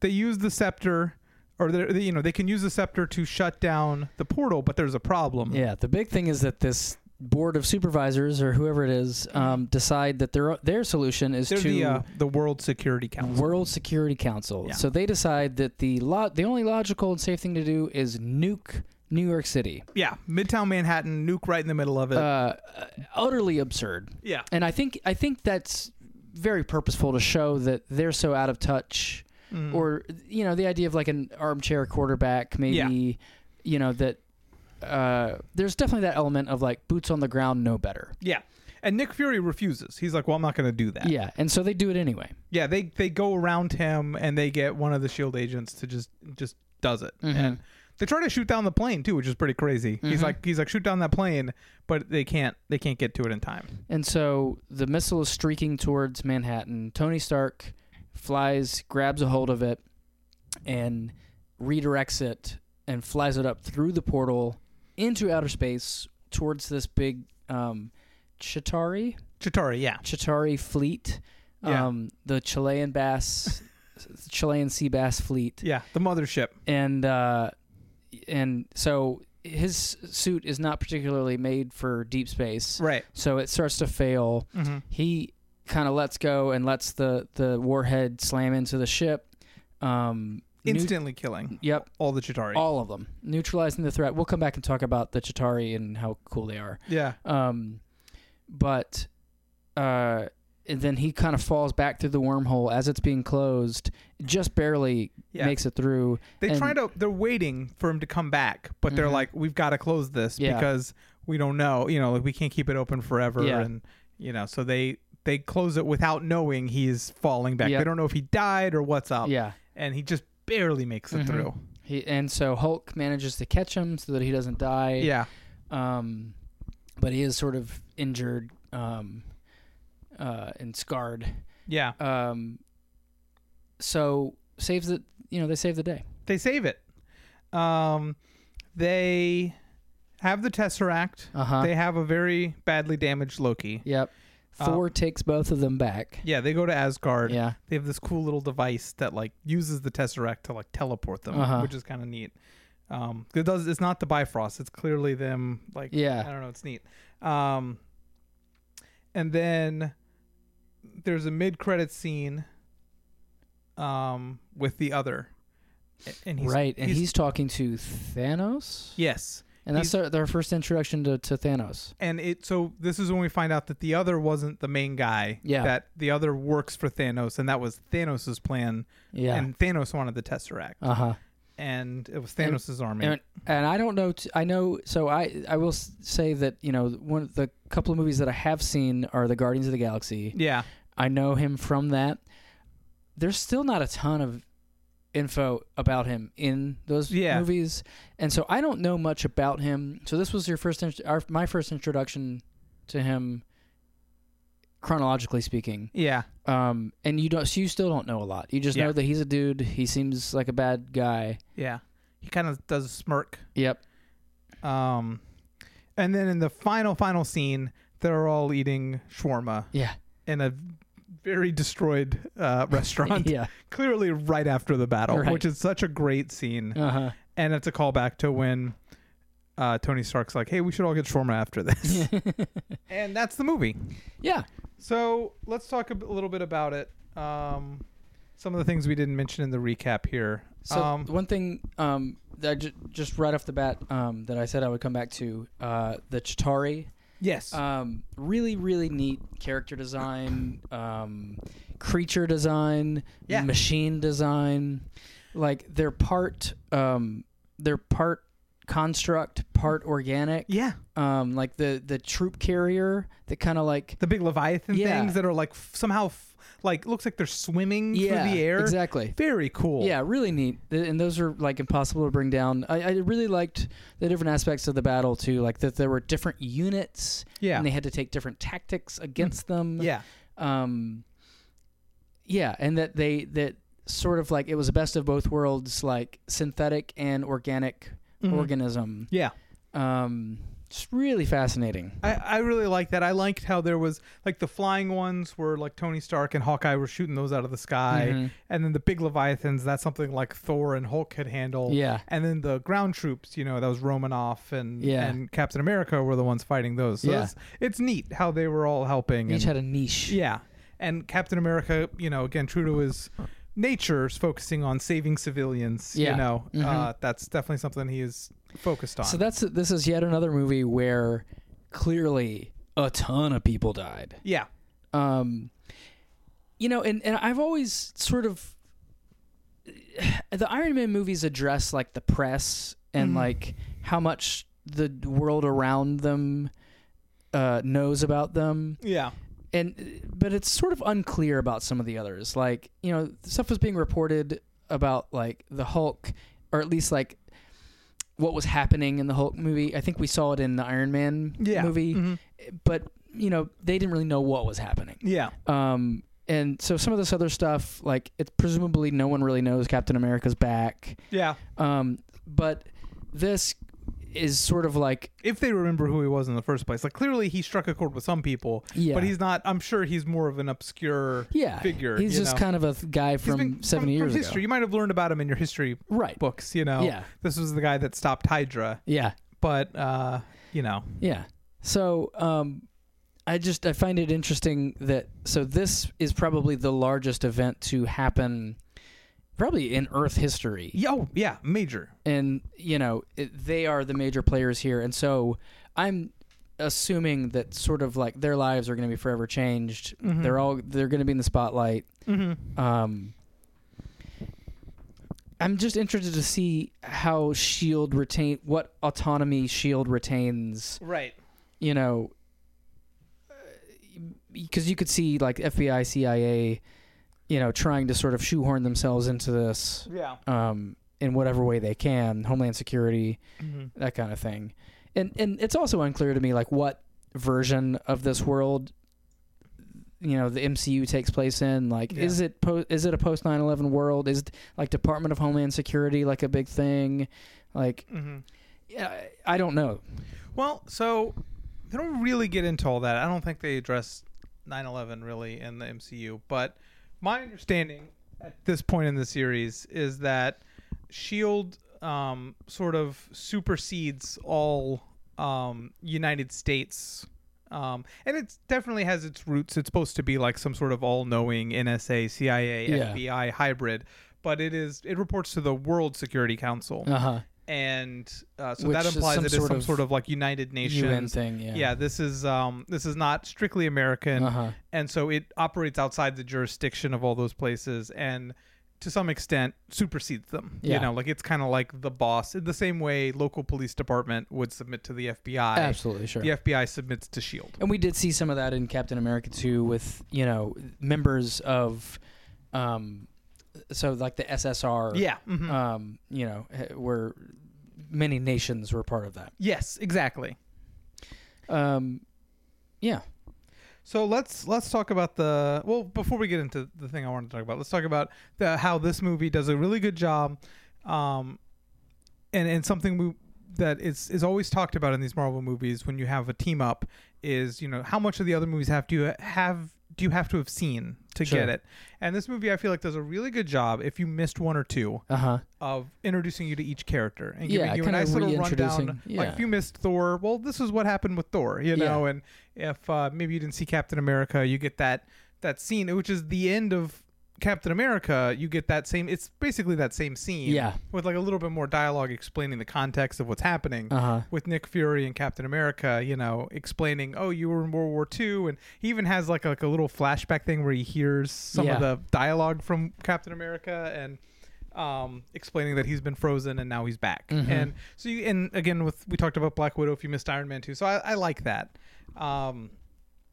[SPEAKER 1] they use the scepter, or they're- they, you know they can use the scepter to shut down the portal, but there's a problem.
[SPEAKER 2] Yeah, the big thing is that this board of supervisors or whoever it is um, decide that their their solution is
[SPEAKER 1] Mm-hmm. They're
[SPEAKER 2] to
[SPEAKER 1] the uh, the World Security Council.
[SPEAKER 2] World Security Council.
[SPEAKER 1] Yeah.
[SPEAKER 2] So they decide that the lo- the only logical and safe thing to do is nuke New York City.
[SPEAKER 1] yeah, Midtown Manhattan, nuke right in the middle of it.
[SPEAKER 2] Uh, utterly absurd.
[SPEAKER 1] yeah,
[SPEAKER 2] And I think I think that's very purposeful to show that they're so out of touch
[SPEAKER 1] Mm.
[SPEAKER 2] or you know the idea of like an armchair quarterback maybe you know that uh, there's definitely that element of like boots on the ground know better.
[SPEAKER 1] yeah. And Nick Fury refuses. He's like, "Well, I'm not going to do that."
[SPEAKER 2] Yeah, and so they do it anyway.
[SPEAKER 1] yeah they they go around him and they get one of the shield E agents to just just does it
[SPEAKER 2] Mm-hmm.
[SPEAKER 1] and they try to shoot down the plane too which is pretty crazy he's like he's like shoot down that plane but they can't they can't get to it in time
[SPEAKER 2] And so the missile is streaking towards Manhattan. Tony Stark flies, grabs a hold of it, and redirects it and flies it up through the portal into outer space towards this big um, Chitari
[SPEAKER 1] chitari yeah
[SPEAKER 2] Chitari fleet,
[SPEAKER 1] Yeah.
[SPEAKER 2] um, the Chilean bass, Chilean sea bass fleet
[SPEAKER 1] yeah the mothership
[SPEAKER 2] and uh, and so his suit is not particularly made for deep space,
[SPEAKER 1] right
[SPEAKER 2] so it starts to fail.
[SPEAKER 1] Mhm.
[SPEAKER 2] He kind of lets go and lets the the warhead slam into the ship. Um, neu-
[SPEAKER 1] instantly killing
[SPEAKER 2] yep,
[SPEAKER 1] all the chitari
[SPEAKER 2] all of them, neutralizing the threat. We'll come back and talk about the Chitari and how cool they are.
[SPEAKER 1] yeah
[SPEAKER 2] Um, but uh, and then he kind of falls back through the wormhole as it's being closed, just barely
[SPEAKER 1] Yeah.
[SPEAKER 2] makes it through.
[SPEAKER 1] they
[SPEAKER 2] and-
[SPEAKER 1] try to they're waiting for him to come back but they're
[SPEAKER 2] Mhm.
[SPEAKER 1] like we've got to close this
[SPEAKER 2] Yeah.
[SPEAKER 1] because we don't know you know like we can't keep it open forever
[SPEAKER 2] Yeah.
[SPEAKER 1] and you know so they they close it without knowing he's falling back
[SPEAKER 2] Yep.
[SPEAKER 1] they don't know if he died or what's up
[SPEAKER 2] Yeah.
[SPEAKER 1] and he just barely makes it
[SPEAKER 2] Mhm.
[SPEAKER 1] through.
[SPEAKER 2] He and so Hulk manages to catch him so that he doesn't die.
[SPEAKER 1] Yeah,
[SPEAKER 2] Um, but he is sort of injured. Um, uh, and scarred.
[SPEAKER 1] yeah.
[SPEAKER 2] Um, so saves the you know they save the day.
[SPEAKER 1] They save it. Um, they have the tesseract.
[SPEAKER 2] Uh huh.
[SPEAKER 1] Uh-huh. They have a very badly damaged Loki.
[SPEAKER 2] Yep.
[SPEAKER 1] Uh,
[SPEAKER 2] Thor takes both of them back.
[SPEAKER 1] Yeah, they go to Asgard.
[SPEAKER 2] Yeah.
[SPEAKER 1] They have this cool little device that like uses the Tesseract to like teleport them,
[SPEAKER 2] Uh-huh.
[SPEAKER 1] which is kind of neat. Um, it does. It's not the Bifrost. It's clearly them. Like
[SPEAKER 2] Yeah.
[SPEAKER 1] I don't know. It's neat. Um, and then there's a mid-credit scene. Um, with the other, A- and he's
[SPEAKER 2] right. And
[SPEAKER 1] he's-
[SPEAKER 2] he's, talking to Thanos.
[SPEAKER 1] yes,
[SPEAKER 2] And that's their, their first introduction to, to Thanos.
[SPEAKER 1] and it so this is when we find out that the other wasn't the main guy.
[SPEAKER 2] Yeah.
[SPEAKER 1] that the other works for Thanos, and that was Thanos's plan.
[SPEAKER 2] Yeah.
[SPEAKER 1] and Thanos wanted the Tesseract.
[SPEAKER 2] uh huh.
[SPEAKER 1] and it was Thanos' army.
[SPEAKER 2] And, and I don't know. T- I know. So I I will s- say that you know one of the couple of movies that I have seen are the Guardians of the Galaxy.
[SPEAKER 1] yeah,
[SPEAKER 2] I know him from that. There's still not a ton of info about him in those
[SPEAKER 1] Yeah.
[SPEAKER 2] movies, and so I don't know much about him. So this was your first, int- our, my first introduction to him, chronologically speaking.
[SPEAKER 1] yeah,
[SPEAKER 2] Um, and you don't, so you still don't know a lot. You just
[SPEAKER 1] Yeah.
[SPEAKER 2] know that he's a dude. He seems like a bad guy.
[SPEAKER 1] yeah. He kind of does a smirk.
[SPEAKER 2] Yep.
[SPEAKER 1] Um, and then in the final, final scene, they're all eating shawarma
[SPEAKER 2] Yeah.
[SPEAKER 1] in a very destroyed uh, restaurant,
[SPEAKER 2] yeah.
[SPEAKER 1] clearly right after the battle,
[SPEAKER 2] Right.
[SPEAKER 1] which is such a great scene.
[SPEAKER 2] Uh huh.
[SPEAKER 1] And it's a callback to when uh, Tony Stark's like, hey, we should all get shawarma after this. and that's the movie.
[SPEAKER 2] Yeah.
[SPEAKER 1] So let's talk a b- little bit about it. Um, some of the things we didn't mention in the recap here.
[SPEAKER 2] So
[SPEAKER 1] um,
[SPEAKER 2] one thing um, that I ju- just right off the bat um, that I said I would come back to uh, the Chitari,
[SPEAKER 1] yes.
[SPEAKER 2] um, really really neat character design, um, creature design,
[SPEAKER 1] Yeah.
[SPEAKER 2] machine design, like they're part um, they're part construct, part
[SPEAKER 1] Mm.
[SPEAKER 2] organic.
[SPEAKER 1] yeah.
[SPEAKER 2] Um, like the the troop carrier that kind of like
[SPEAKER 1] the big leviathan
[SPEAKER 2] Yeah.
[SPEAKER 1] things that are like f- somehow f- like looks like they're swimming
[SPEAKER 2] yeah
[SPEAKER 1] through the air.
[SPEAKER 2] exactly
[SPEAKER 1] Very cool.
[SPEAKER 2] Yeah, really neat. Th- And those are like impossible to bring down. I, I really liked the different aspects of the battle too, like that there were different units
[SPEAKER 1] Yeah. Mm.
[SPEAKER 2] and they had to take different tactics against them.
[SPEAKER 1] yeah.
[SPEAKER 2] Um Yeah, and that they that sort of like it was the best of both worlds, like synthetic and organic
[SPEAKER 1] Mhm.
[SPEAKER 2] organism.
[SPEAKER 1] Yeah.
[SPEAKER 2] Um it's really fascinating.
[SPEAKER 1] I, I really like that. I liked how there was like the flying ones were like Tony Stark and Hawkeye were shooting those out of the sky.
[SPEAKER 2] Mhm.
[SPEAKER 1] And then the big leviathans, that's something like Thor and Hulk could handle.
[SPEAKER 2] Yeah.
[SPEAKER 1] And then the ground troops, you know, that was Romanoff and
[SPEAKER 2] Yeah.
[SPEAKER 1] and Captain America were the ones fighting those. So
[SPEAKER 2] Yeah.
[SPEAKER 1] it's, it's neat how they were all helping.
[SPEAKER 2] Each
[SPEAKER 1] and-
[SPEAKER 2] had a niche.
[SPEAKER 1] Yeah. And Captain America, you know, again, true to his nature's focusing on saving civilians. You
[SPEAKER 2] Yeah.
[SPEAKER 1] know,
[SPEAKER 2] Mhm.
[SPEAKER 1] uh, that's definitely something he is focused on.
[SPEAKER 2] So that's this is yet another movie where clearly a ton of people died.
[SPEAKER 1] yeah.
[SPEAKER 2] um you know and, and i've always sort of the iron man movies address like the press and
[SPEAKER 1] Mhm.
[SPEAKER 2] like how much the world around them uh, knows about them
[SPEAKER 1] Yeah.
[SPEAKER 2] and but it's sort of unclear about some of the others like you know stuff was being reported about like the hulk or at least like what was happening in the hulk movie i think we saw it in the iron man
[SPEAKER 1] Yeah.
[SPEAKER 2] movie
[SPEAKER 1] Mhm.
[SPEAKER 2] but you know they didn't really know what was happening
[SPEAKER 1] Yeah.
[SPEAKER 2] um, and so some of this other stuff, like it's presumably no one really knows Captain America's back.
[SPEAKER 1] Yeah.
[SPEAKER 2] Um, but this is sort of like
[SPEAKER 1] If they remember who he was in the first place, like clearly he struck a chord with some people,
[SPEAKER 2] yeah,
[SPEAKER 1] but he's not. I'm sure he's more of an obscure
[SPEAKER 2] yeah
[SPEAKER 1] figure.
[SPEAKER 2] He's
[SPEAKER 1] you
[SPEAKER 2] just
[SPEAKER 1] know?
[SPEAKER 2] kind of a th- guy
[SPEAKER 1] He's
[SPEAKER 2] from
[SPEAKER 1] been-
[SPEAKER 2] seventy
[SPEAKER 1] from
[SPEAKER 2] years
[SPEAKER 1] history. You might have learned about him in your history
[SPEAKER 2] ago, right?
[SPEAKER 1] books. You know,
[SPEAKER 2] Yeah,
[SPEAKER 1] this was the guy that stopped Hydra,
[SPEAKER 2] yeah,
[SPEAKER 1] but uh, you know,
[SPEAKER 2] yeah. So um, I just I find it interesting that so this is probably the largest event to happen, probably in Earth history.
[SPEAKER 1] yeah, oh, yeah, major.
[SPEAKER 2] and you know it, they are the major players here and so i'm assuming that sort of like their lives are going to be forever changed
[SPEAKER 1] Mhm.
[SPEAKER 2] they're all they're going to be in the spotlight
[SPEAKER 1] Mm-hmm.
[SPEAKER 2] um i'm just interested to see how shield E retain what autonomy shield E retains
[SPEAKER 1] Right.
[SPEAKER 2] you know because you could see like fbi cia you know trying to sort of shoehorn themselves into this
[SPEAKER 1] Yeah.
[SPEAKER 2] um in whatever way they can homeland security
[SPEAKER 1] Mhm.
[SPEAKER 2] that kind of thing. And and it's also unclear to me like what version of this world you know the MCU takes place in like
[SPEAKER 1] Yeah.
[SPEAKER 2] is it po- is it a post 9/11 world is like Department of Homeland Security like a big thing like
[SPEAKER 1] Mhm.
[SPEAKER 2] yeah, I I don't know.
[SPEAKER 1] Well, so they don't really get into all that. I don't think they address 9/11 really in the MCU, but my understanding at this point in the series is that Shield E um, sort of supersedes all um, United States. Um, and it definitely has its roots. It's supposed to be like some sort of all-knowing NSA, CIA,
[SPEAKER 2] Yeah.
[SPEAKER 1] FBI hybrid, but it is. It reports to the World Security Council,
[SPEAKER 2] Uh huh.
[SPEAKER 1] and uh, so
[SPEAKER 2] Which
[SPEAKER 1] that
[SPEAKER 2] is
[SPEAKER 1] implies
[SPEAKER 2] some
[SPEAKER 1] it is
[SPEAKER 2] sort
[SPEAKER 1] some
[SPEAKER 2] of
[SPEAKER 1] sort of like United
[SPEAKER 2] UN
[SPEAKER 1] Nations.
[SPEAKER 2] thing. Yeah.
[SPEAKER 1] Yeah. this is um, this is not strictly American,
[SPEAKER 2] Uh huh.
[SPEAKER 1] and so it operates outside the jurisdiction of all those places, and to some extent supersedes them.
[SPEAKER 2] Yeah.
[SPEAKER 1] You know, like it's kind of like the boss in the same way local police department would submit to the FBI.
[SPEAKER 2] Absolutely sure.
[SPEAKER 1] The FBI submits to Shield.
[SPEAKER 2] And we did see some of that in Captain America 2 with, you know, members of, um, so like the SSR.
[SPEAKER 1] Yeah. mhm.
[SPEAKER 2] Um, you know, eh, where many nations were part of that.
[SPEAKER 1] yes, exactly.
[SPEAKER 2] Um, yeah.
[SPEAKER 1] So let's let's talk about the well before we get into the thing I wanted to talk about. Let's talk about the how this movie does a really good job, um, and and something we, that is is always talked about in these Marvel movies when you have a team up is you know how much of the other movies have to you have do you have to have seen to
[SPEAKER 2] Sure.
[SPEAKER 1] get it, and this movie I feel like does a really good job if you missed one or two
[SPEAKER 2] Uh huh.
[SPEAKER 1] of introducing you to each character and
[SPEAKER 2] Yeah,
[SPEAKER 1] giving you a
[SPEAKER 2] kinda
[SPEAKER 1] nice little rundown.
[SPEAKER 2] reintroducing,
[SPEAKER 1] Like
[SPEAKER 2] yeah.
[SPEAKER 1] if you missed Thor, well, this is what happened with Thor, you know. And if uh, maybe you didn't see Captain America, you get that that scene, which is the end of Captain America. You get that same. It's basically that same scene.
[SPEAKER 2] Yeah.
[SPEAKER 1] With like a little bit more dialogue explaining the context of what's happening
[SPEAKER 2] Uh huh.
[SPEAKER 1] with Nick Fury and Captain America, you know, explaining, oh, you were in World War II, and he even has like like a little flashback thing where he hears some
[SPEAKER 2] Yeah.
[SPEAKER 1] of the dialogue from Captain America and um, explaining that he's been frozen and now he's back.
[SPEAKER 2] Mm-hmm.
[SPEAKER 1] And so you and again with we talked about Black Widow if you missed Iron Man too, so I, I like that. Um,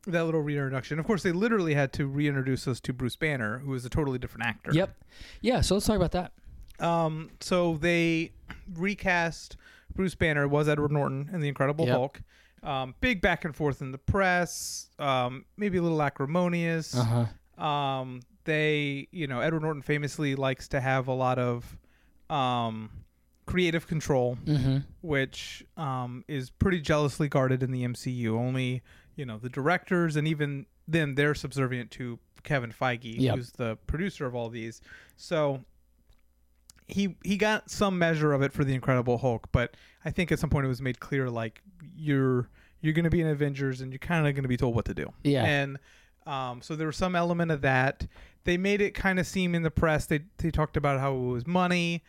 [SPEAKER 1] that little reintroduction. Of course, they literally had to reintroduce us to Bruce Banner, who is a totally different actor.
[SPEAKER 2] Yep. Yeah. So let's talk about that.
[SPEAKER 1] Um, so they recast Bruce Banner was Edward Norton in the Incredible
[SPEAKER 2] Yep.
[SPEAKER 1] Hulk. Um, big back and forth in the press. Um, maybe a little acrimonious.
[SPEAKER 2] huh.
[SPEAKER 1] Um, they, you know, Edward Norton famously likes to have a lot of um, creative control,
[SPEAKER 2] hmm.
[SPEAKER 1] which um, is pretty jealously guarded in the MCU. Only, you know, the directors and even then they're subservient to Kevin Feige,
[SPEAKER 2] Yep.
[SPEAKER 1] who's the producer of all these. So he he got some measure of it for the Incredible Hulk, but I think at some point it was made clear like you're you're going to be in Avengers and you're kind of going to be told what to do.
[SPEAKER 2] Yeah.
[SPEAKER 1] And um, so there was some element of that. They made it kind of seem in the press. They they talked about how it was money.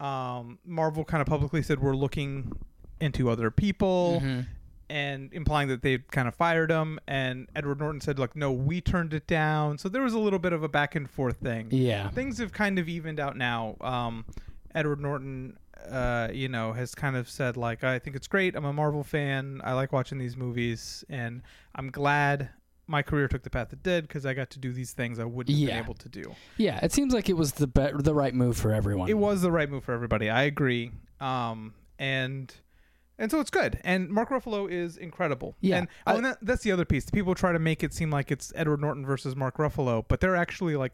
[SPEAKER 1] Um, Marvel kind of publicly said we're looking into other people
[SPEAKER 2] Mm-hmm.
[SPEAKER 1] and implying that they kind of fired him. And Edward Norton said, "Look, no, we turned it down." So there was a little bit of a back and forth thing
[SPEAKER 2] Yeah.
[SPEAKER 1] things have kind of evened out now. Um, Edward Norton, uh, you know, has kind of said like, I think it's great. I'm a Marvel fan. I like watching these movies, and I'm glad my career took the path it did because I got to do these things I wouldn't have
[SPEAKER 2] Yeah.
[SPEAKER 1] been able to do.
[SPEAKER 2] Yeah. It seems like it was the be- the right move for everyone.
[SPEAKER 1] It was the right move for everybody. I agree. Um, and and so it's good. And Mark Ruffalo is incredible.
[SPEAKER 2] Yeah.
[SPEAKER 1] And, oh,
[SPEAKER 2] I-
[SPEAKER 1] and that, that's the other piece. People try to make it seem like it's Edward Norton versus Mark Ruffalo, but they're actually like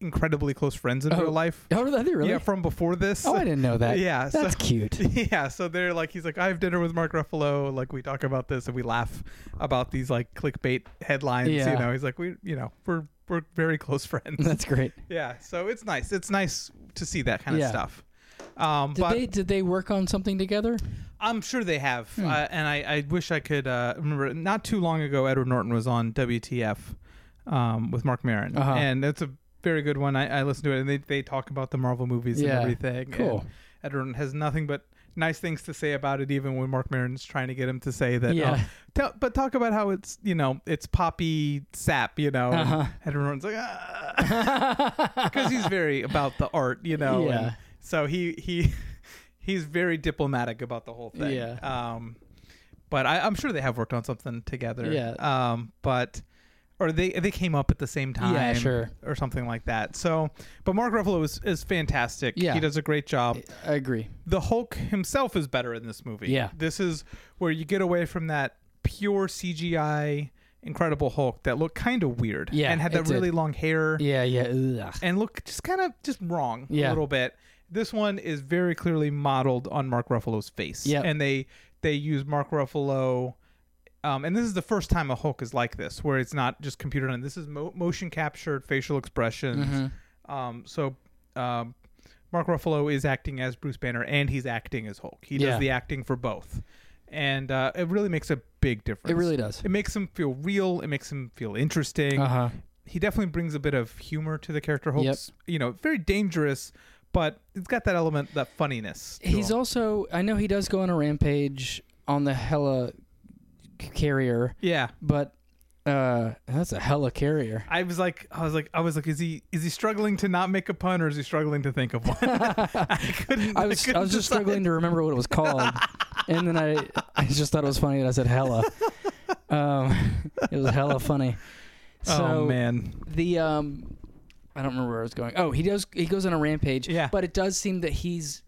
[SPEAKER 1] incredibly close friends in
[SPEAKER 2] Oh.
[SPEAKER 1] real life.
[SPEAKER 2] Oh, are they really?
[SPEAKER 1] Yeah, from before this.
[SPEAKER 2] oh, I didn't know that.
[SPEAKER 1] yeah, so-
[SPEAKER 2] That's cute.
[SPEAKER 1] yeah, so they're like, he's like, I have dinner with Mark Ruffalo. Like, we talk about this and we laugh about these like clickbait headlines.
[SPEAKER 2] Yeah.
[SPEAKER 1] You know, he's like, we, you know, we're we're very close friends.
[SPEAKER 2] That's great.
[SPEAKER 1] yeah, so it's nice. It's nice to see that kind
[SPEAKER 2] Yeah.
[SPEAKER 1] of stuff. Um,
[SPEAKER 2] Did
[SPEAKER 1] but
[SPEAKER 2] they did they work on something together?
[SPEAKER 1] I'm sure they have,
[SPEAKER 2] Hmm.
[SPEAKER 1] uh, and I, I wish I could uh, remember. Not too long ago, Edward Norton was on WTF um, with Mark Maron,
[SPEAKER 2] Uh-huh.
[SPEAKER 1] and that's a very good one. I, I listened to it, and they, they talk about the Marvel movies
[SPEAKER 2] Yeah.
[SPEAKER 1] and everything.
[SPEAKER 2] Cool.
[SPEAKER 1] And Edward Norton has nothing but nice things to say about it, even when Mark Maron's trying to get him to say that.
[SPEAKER 2] Yeah.
[SPEAKER 1] oh, tell, but talk about how it's you know it's poppy sap, you know. and
[SPEAKER 2] Uh-huh.
[SPEAKER 1] Edward Norton's like. Because he's very about the art, you know. and
[SPEAKER 2] Yeah.
[SPEAKER 1] so he he he's very diplomatic about the whole thing.
[SPEAKER 2] Yeah.
[SPEAKER 1] Um, but I, I'm sure they have worked on something together.
[SPEAKER 2] Yeah.
[SPEAKER 1] Um, but or they they came up at the same time.
[SPEAKER 2] Yeah, sure.
[SPEAKER 1] Or something like that. So, but Mark Ruffalo is is fantastic.
[SPEAKER 2] Yeah.
[SPEAKER 1] He does a great job
[SPEAKER 2] I agree.
[SPEAKER 1] the Hulk himself is better in this movie.
[SPEAKER 2] Yeah.
[SPEAKER 1] This is where you get away from that pure CGI Incredible Hulk that looked kind of weird.
[SPEAKER 2] Yeah,
[SPEAKER 1] And had
[SPEAKER 2] it
[SPEAKER 1] that
[SPEAKER 2] did.
[SPEAKER 1] really long hair
[SPEAKER 2] Yeah, yeah. Ugh.
[SPEAKER 1] and looked just kind of just wrong a
[SPEAKER 2] Yeah.
[SPEAKER 1] little bit. This one is very clearly modeled on Mark Ruffalo's face.
[SPEAKER 2] Yep.
[SPEAKER 1] And they they use Mark Ruffalo um, and this is the first time a Hulk is like this, where it's not just computer done. This is mo- motion captured facial expressions.
[SPEAKER 2] Mm-hmm.
[SPEAKER 1] Um, so um, Mark Ruffalo is acting as Bruce Banner, and he's acting as Hulk. He
[SPEAKER 2] Yeah.
[SPEAKER 1] does the acting for both, and uh, it really makes a big difference.
[SPEAKER 2] It really does.
[SPEAKER 1] It makes him feel real. It makes him feel interesting.
[SPEAKER 2] Uh huh.
[SPEAKER 1] He definitely brings a bit of humor to the character. Hulk's, you know, very dangerous, but it's got that element, that funniness. to
[SPEAKER 2] He's
[SPEAKER 1] him.
[SPEAKER 2] also. I know he does go on a rampage on the Hella carrier,
[SPEAKER 1] yeah.
[SPEAKER 2] but uh, that's a Hella carrier.
[SPEAKER 1] I was like, I was like, I was like, is he is he struggling to not make a pun, or is he struggling to think of one? I couldn't.
[SPEAKER 2] I was I,
[SPEAKER 1] couldn't
[SPEAKER 2] was just
[SPEAKER 1] decide.
[SPEAKER 2] struggling to remember what it was called, and then I I just thought it was funny that I said hella. Um, it was hella funny. So
[SPEAKER 1] oh man,
[SPEAKER 2] the um, I don't remember where I was going. Oh, he does he goes on a rampage.
[SPEAKER 1] Yeah.
[SPEAKER 2] but it does seem that he's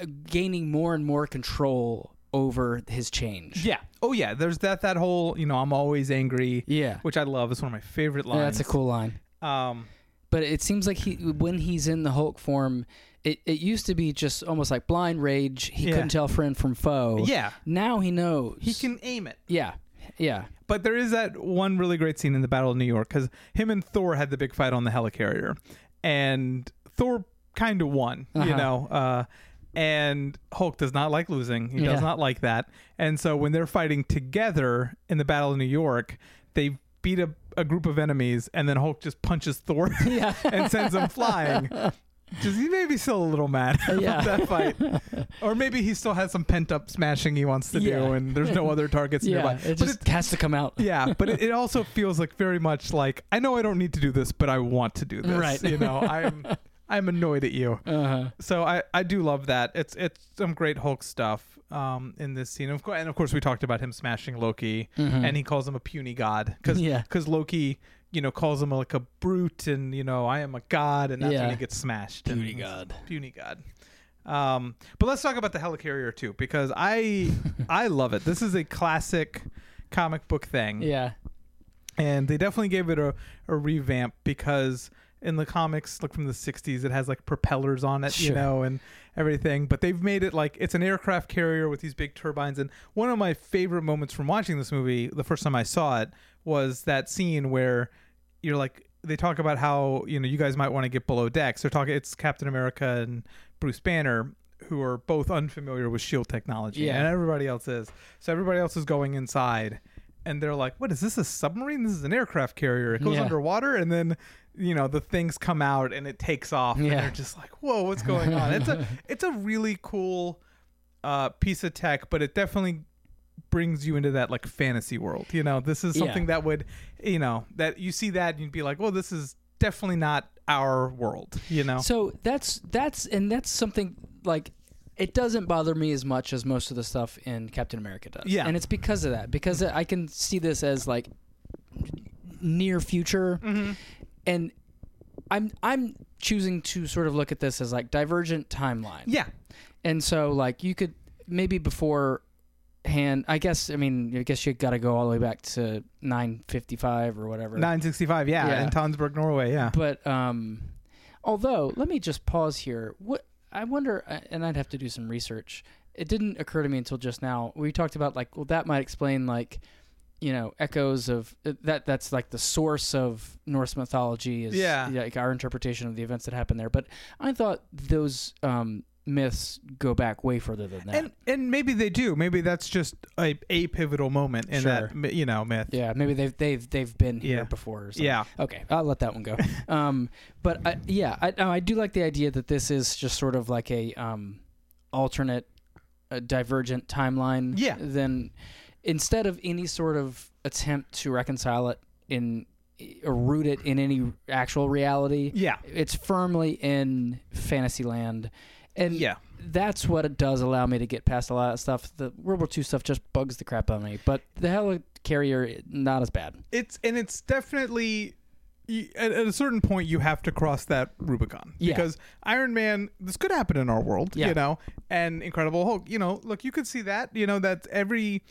[SPEAKER 2] uh, gaining more and more control over his change.
[SPEAKER 1] yeah, oh yeah. There's that that whole you know I'm always angry,
[SPEAKER 2] yeah,
[SPEAKER 1] which I love. It's one of my favorite
[SPEAKER 2] Yeah,
[SPEAKER 1] lines.
[SPEAKER 2] that's a cool line.
[SPEAKER 1] Um,
[SPEAKER 2] But it seems like he when he's in the Hulk form, it, it used to be just almost like blind rage. He
[SPEAKER 1] Yeah.
[SPEAKER 2] couldn't tell friend from foe.
[SPEAKER 1] yeah,
[SPEAKER 2] Now he knows.
[SPEAKER 1] he can aim it.
[SPEAKER 2] Yeah, yeah,
[SPEAKER 1] But there is that one really great scene in the Battle of New York because him and Thor had the big fight on the helicarrier, and Thor kind of won, you
[SPEAKER 2] Uh-huh.
[SPEAKER 1] know. Uh, and Hulk does not like losing; he
[SPEAKER 2] Yeah.
[SPEAKER 1] does not like that. And so when they're fighting together in the Battle of New York, they beat a, a group of enemies, and then Hulk just punches Thor
[SPEAKER 2] yeah,
[SPEAKER 1] and sends him flying. Just he may be still a little mad about
[SPEAKER 2] Yeah.
[SPEAKER 1] that fight, or maybe he still has some pent up smashing he wants to
[SPEAKER 2] Yeah.
[SPEAKER 1] do, and there's no other targets
[SPEAKER 2] yeah.
[SPEAKER 1] nearby.
[SPEAKER 2] It
[SPEAKER 1] but
[SPEAKER 2] just has to come out.
[SPEAKER 1] yeah, but it, it also feels like very much like I know I don't need to do this, but I want to do this.
[SPEAKER 2] Right.
[SPEAKER 1] You know, I'm I'm annoyed at you.
[SPEAKER 2] Uh-huh.
[SPEAKER 1] So I I do love that. It's it's some great Hulk stuff um in this scene. Of course, and of course we talked about him smashing Loki, and he calls him a puny god because
[SPEAKER 2] Hmm. Mm-hmm. Yeah.
[SPEAKER 1] Loki you know calls him like a brute and you know I am a god, and that's
[SPEAKER 2] Yeah.
[SPEAKER 1] when he gets smashed. and
[SPEAKER 2] Puny
[SPEAKER 1] he's-
[SPEAKER 2] god.
[SPEAKER 1] Puny god. Um, but let's talk about the helicarrier too because I I love it. This is a classic comic book thing
[SPEAKER 2] Yeah,
[SPEAKER 1] and they definitely gave it a, a revamp because in the comics like from the 60s it has like propellers on it
[SPEAKER 2] Sure.
[SPEAKER 1] you know and everything but they've made it like it's an aircraft carrier with these big turbines and one of my favorite moments from watching this movie the first time i saw it was that scene where you're like they talk about how you know you guys might want to get below decks they're talking it's captain america and bruce banner who are both unfamiliar with shield technology
[SPEAKER 2] Yeah.
[SPEAKER 1] and everybody else is so everybody else is going inside and they're like what is this a submarine this is an aircraft carrier it goes
[SPEAKER 2] Yeah.
[SPEAKER 1] underwater and then you know the things come out and it takes off
[SPEAKER 2] Yeah.
[SPEAKER 1] and they're just like whoa what's going on it's a it's a really cool uh, piece of tech but it definitely brings you into that like fantasy world you know this is
[SPEAKER 2] Yeah.
[SPEAKER 1] something that would you know that you see that and you'd be like well this is definitely not our world you know
[SPEAKER 2] So that's that's and that's something like it doesn't bother me as much as most of the stuff in Captain America does.
[SPEAKER 1] Yeah.
[SPEAKER 2] and it's because of that because I can see this as like near future,
[SPEAKER 1] Mm-hmm.
[SPEAKER 2] and I'm I'm choosing to sort of look at this as like divergent timeline.
[SPEAKER 1] yeah
[SPEAKER 2] And so like you could maybe beforehand, I guess I mean I guess you got to go all the way back to 955 or whatever.
[SPEAKER 1] 965 yeah,
[SPEAKER 2] Yeah.
[SPEAKER 1] in tonsberg norway yeah
[SPEAKER 2] But um although let me just pause here. What I wonder uh, and I'd have to do some research. It didn't occur to me until just now. We talked about like well that might explain like you know echoes of uh, that that's like the source of Norse mythology is
[SPEAKER 1] Yeah.
[SPEAKER 2] like our interpretation of the events that happened there. But I thought those um myths go back way further than that.
[SPEAKER 1] and and maybe they do maybe that's just a, a pivotal moment in that mi- you know myth
[SPEAKER 2] Yeah, maybe they've they've they've been here
[SPEAKER 1] Yeah.
[SPEAKER 2] before. Or something.
[SPEAKER 1] yeah
[SPEAKER 2] Okay, I'll let that one go. um, but I, yeah, I, no, I do like the idea that this is just sort of like a um, alternate, uh divergent timeline.
[SPEAKER 1] Yeah.
[SPEAKER 2] Then, instead of any sort of attempt to reconcile it in or root it in any actual reality,
[SPEAKER 1] yeah
[SPEAKER 2] it's firmly in fantasy land. And
[SPEAKER 1] yeah
[SPEAKER 2] that's what it does allow me to get past a lot of stuff. The World War II stuff just bugs the crap out of me, but the helicarrier not as bad.
[SPEAKER 1] it's and it's definitely y- at at a certain point you have to cross that rubicon
[SPEAKER 2] Yeah.
[SPEAKER 1] because iron man this could happen in our world
[SPEAKER 2] Yeah.
[SPEAKER 1] you know and incredible hulk you know look you could see that you know that every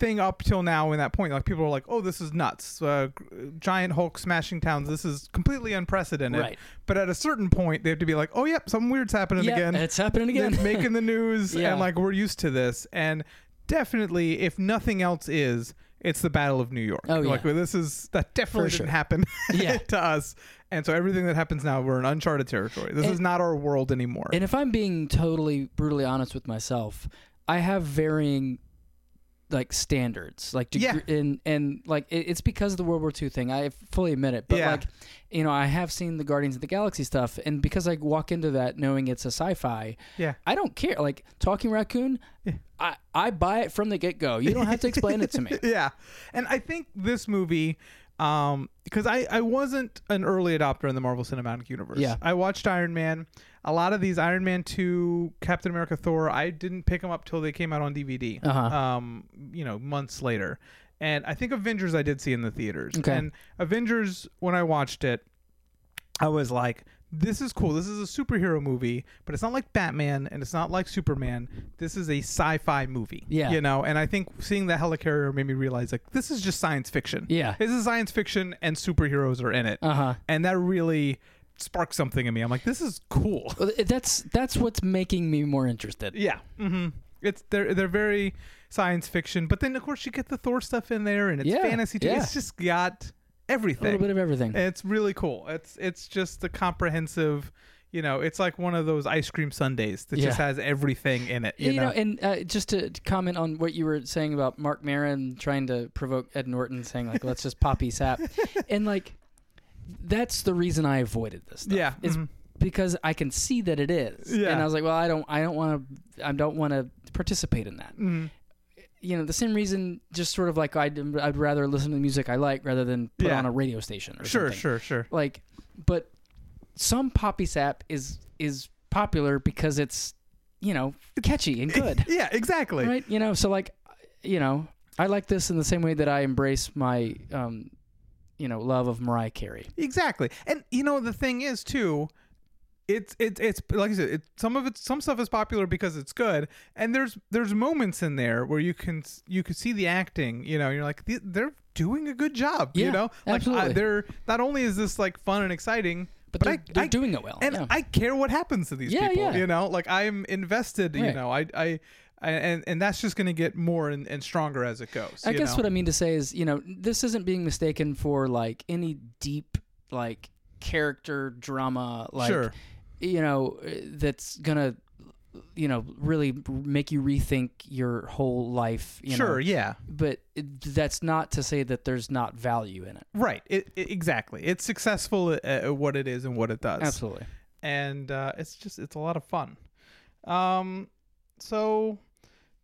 [SPEAKER 1] thing up till now in that point like people are like oh this is nuts uh, g- giant hulk smashing towns this is completely unprecedented
[SPEAKER 2] Right.
[SPEAKER 1] but at a certain point they have to be like oh yep something weird's happening
[SPEAKER 2] Yeah,
[SPEAKER 1] again
[SPEAKER 2] it's happening again.
[SPEAKER 1] It's making the news
[SPEAKER 2] Yeah.
[SPEAKER 1] and like we're used to this and definitely, if nothing else is, it's the Battle of New York.
[SPEAKER 2] Oh, yeah.
[SPEAKER 1] Like well, this is that definitely
[SPEAKER 2] For
[SPEAKER 1] didn't
[SPEAKER 2] sure.
[SPEAKER 1] happen
[SPEAKER 2] Yeah.
[SPEAKER 1] to us. And so everything that happens now, we're in uncharted territory. This
[SPEAKER 2] And-
[SPEAKER 1] is not our world anymore.
[SPEAKER 2] And if I'm being totally brutally honest with myself, I have varying like standards, like
[SPEAKER 1] Yeah.
[SPEAKER 2] degre- and and like it, it's because of the World War II thing. I fully admit it, but
[SPEAKER 1] Yeah.
[SPEAKER 2] like you know, I have seen the Guardians of the Galaxy stuff, and because I walk into that knowing it's a sci-fi,
[SPEAKER 1] yeah.
[SPEAKER 2] I don't care. Like Talking Raccoon, I I buy it from the get-go. You don't have to explain it to me.
[SPEAKER 1] yeah and i think this movie um because i i wasn't an early adopter in the marvel cinematic universe
[SPEAKER 2] Yeah.
[SPEAKER 1] i watched iron man a lot of these iron man 2 captain america thor i didn't pick them up till they came out on dvd
[SPEAKER 2] Uh-huh.
[SPEAKER 1] um you know months later and i think avengers i did see in the theaters
[SPEAKER 2] Okay.
[SPEAKER 1] and avengers when i watched it I was like, this is cool. This is a superhero movie, but it's not like Batman and it's not like Superman. This is a sci-fi movie.
[SPEAKER 2] Yeah.
[SPEAKER 1] You know, and I think seeing the helicarrier made me realize like this is just science fiction.
[SPEAKER 2] Yeah.
[SPEAKER 1] This is science fiction and superheroes are in it.
[SPEAKER 2] Uh huh.
[SPEAKER 1] And that really sparked something in me. I'm like, this is cool.
[SPEAKER 2] Well, that's that's what's making me more interested.
[SPEAKER 1] yeah. Mm-hmm. It's they're they're very science fiction, but then of course you get the Thor stuff in there and it's
[SPEAKER 2] Yeah,
[SPEAKER 1] fantasy too.
[SPEAKER 2] yeah.
[SPEAKER 1] It's just got
[SPEAKER 2] A
[SPEAKER 1] everything.
[SPEAKER 2] little bit of everything.
[SPEAKER 1] It's really cool. It's it's just a comprehensive, you know, it's like one of those ice cream sundaes that just
[SPEAKER 2] Yeah.
[SPEAKER 1] has everything in it. You,
[SPEAKER 2] You, know,
[SPEAKER 1] know,
[SPEAKER 2] and uh, just to to comment on what you were saying about Mark Maron trying to provoke Ed Norton, saying like, "Let's just poppy sap," and like, that's the reason I avoided this. Stuff,
[SPEAKER 1] yeah,
[SPEAKER 2] is
[SPEAKER 1] mhm.
[SPEAKER 2] because I can see that it is,
[SPEAKER 1] Yeah.
[SPEAKER 2] and I was like, "Well, I don't, I don't want to, I don't want to participate in that."
[SPEAKER 1] Mhm.
[SPEAKER 2] You know, the same reason, just sort of like I'd, I'd rather listen to the music I like rather than put
[SPEAKER 1] Yeah.
[SPEAKER 2] on a radio station or
[SPEAKER 1] sure,
[SPEAKER 2] something.
[SPEAKER 1] sure, sure.
[SPEAKER 2] Like, but some poppy sap is is popular because it's you know catchy and good.
[SPEAKER 1] Yeah, exactly.
[SPEAKER 2] Right? You know, so like, you know, I like this in the same way that I embrace my, um, you know, love of Mariah Carey.
[SPEAKER 1] Exactly. And you know the thing is too, it's it's it's like I said, it, some of it some stuff is popular because it's good, and there's there's moments in there where you can s- you can see the acting. You know, you're like "Th- they're doing a good job. you
[SPEAKER 2] Yeah,
[SPEAKER 1] know, like I,
[SPEAKER 2] absolutely.
[SPEAKER 1] they're not only is this like fun and exciting,
[SPEAKER 2] But,
[SPEAKER 1] but
[SPEAKER 2] they're,
[SPEAKER 1] I,
[SPEAKER 2] they're
[SPEAKER 1] I
[SPEAKER 2] doing it well.
[SPEAKER 1] and
[SPEAKER 2] yeah.
[SPEAKER 1] I care what happens to these
[SPEAKER 2] Yeah,
[SPEAKER 1] people.
[SPEAKER 2] yeah.
[SPEAKER 1] You know, like I'm invested. You
[SPEAKER 2] Right.
[SPEAKER 1] know, I, I, I, and and that's just going to get more and, and stronger as it goes.
[SPEAKER 2] I
[SPEAKER 1] you
[SPEAKER 2] guess
[SPEAKER 1] know?
[SPEAKER 2] what I mean to say is, you know, this isn't being mistaken for like any deep, like, character drama, like,
[SPEAKER 1] Sure.
[SPEAKER 2] you know, uh, that's going to, you know, really make you rethink your whole life. You
[SPEAKER 1] sure,
[SPEAKER 2] Know?
[SPEAKER 1] yeah,
[SPEAKER 2] But it, that's not to say that there's not value in it.
[SPEAKER 1] right. It, it- exactly. It's successful at, at what it is and what it does,
[SPEAKER 2] Absolutely.
[SPEAKER 1] and uh, it's just it's a lot of fun. Um, so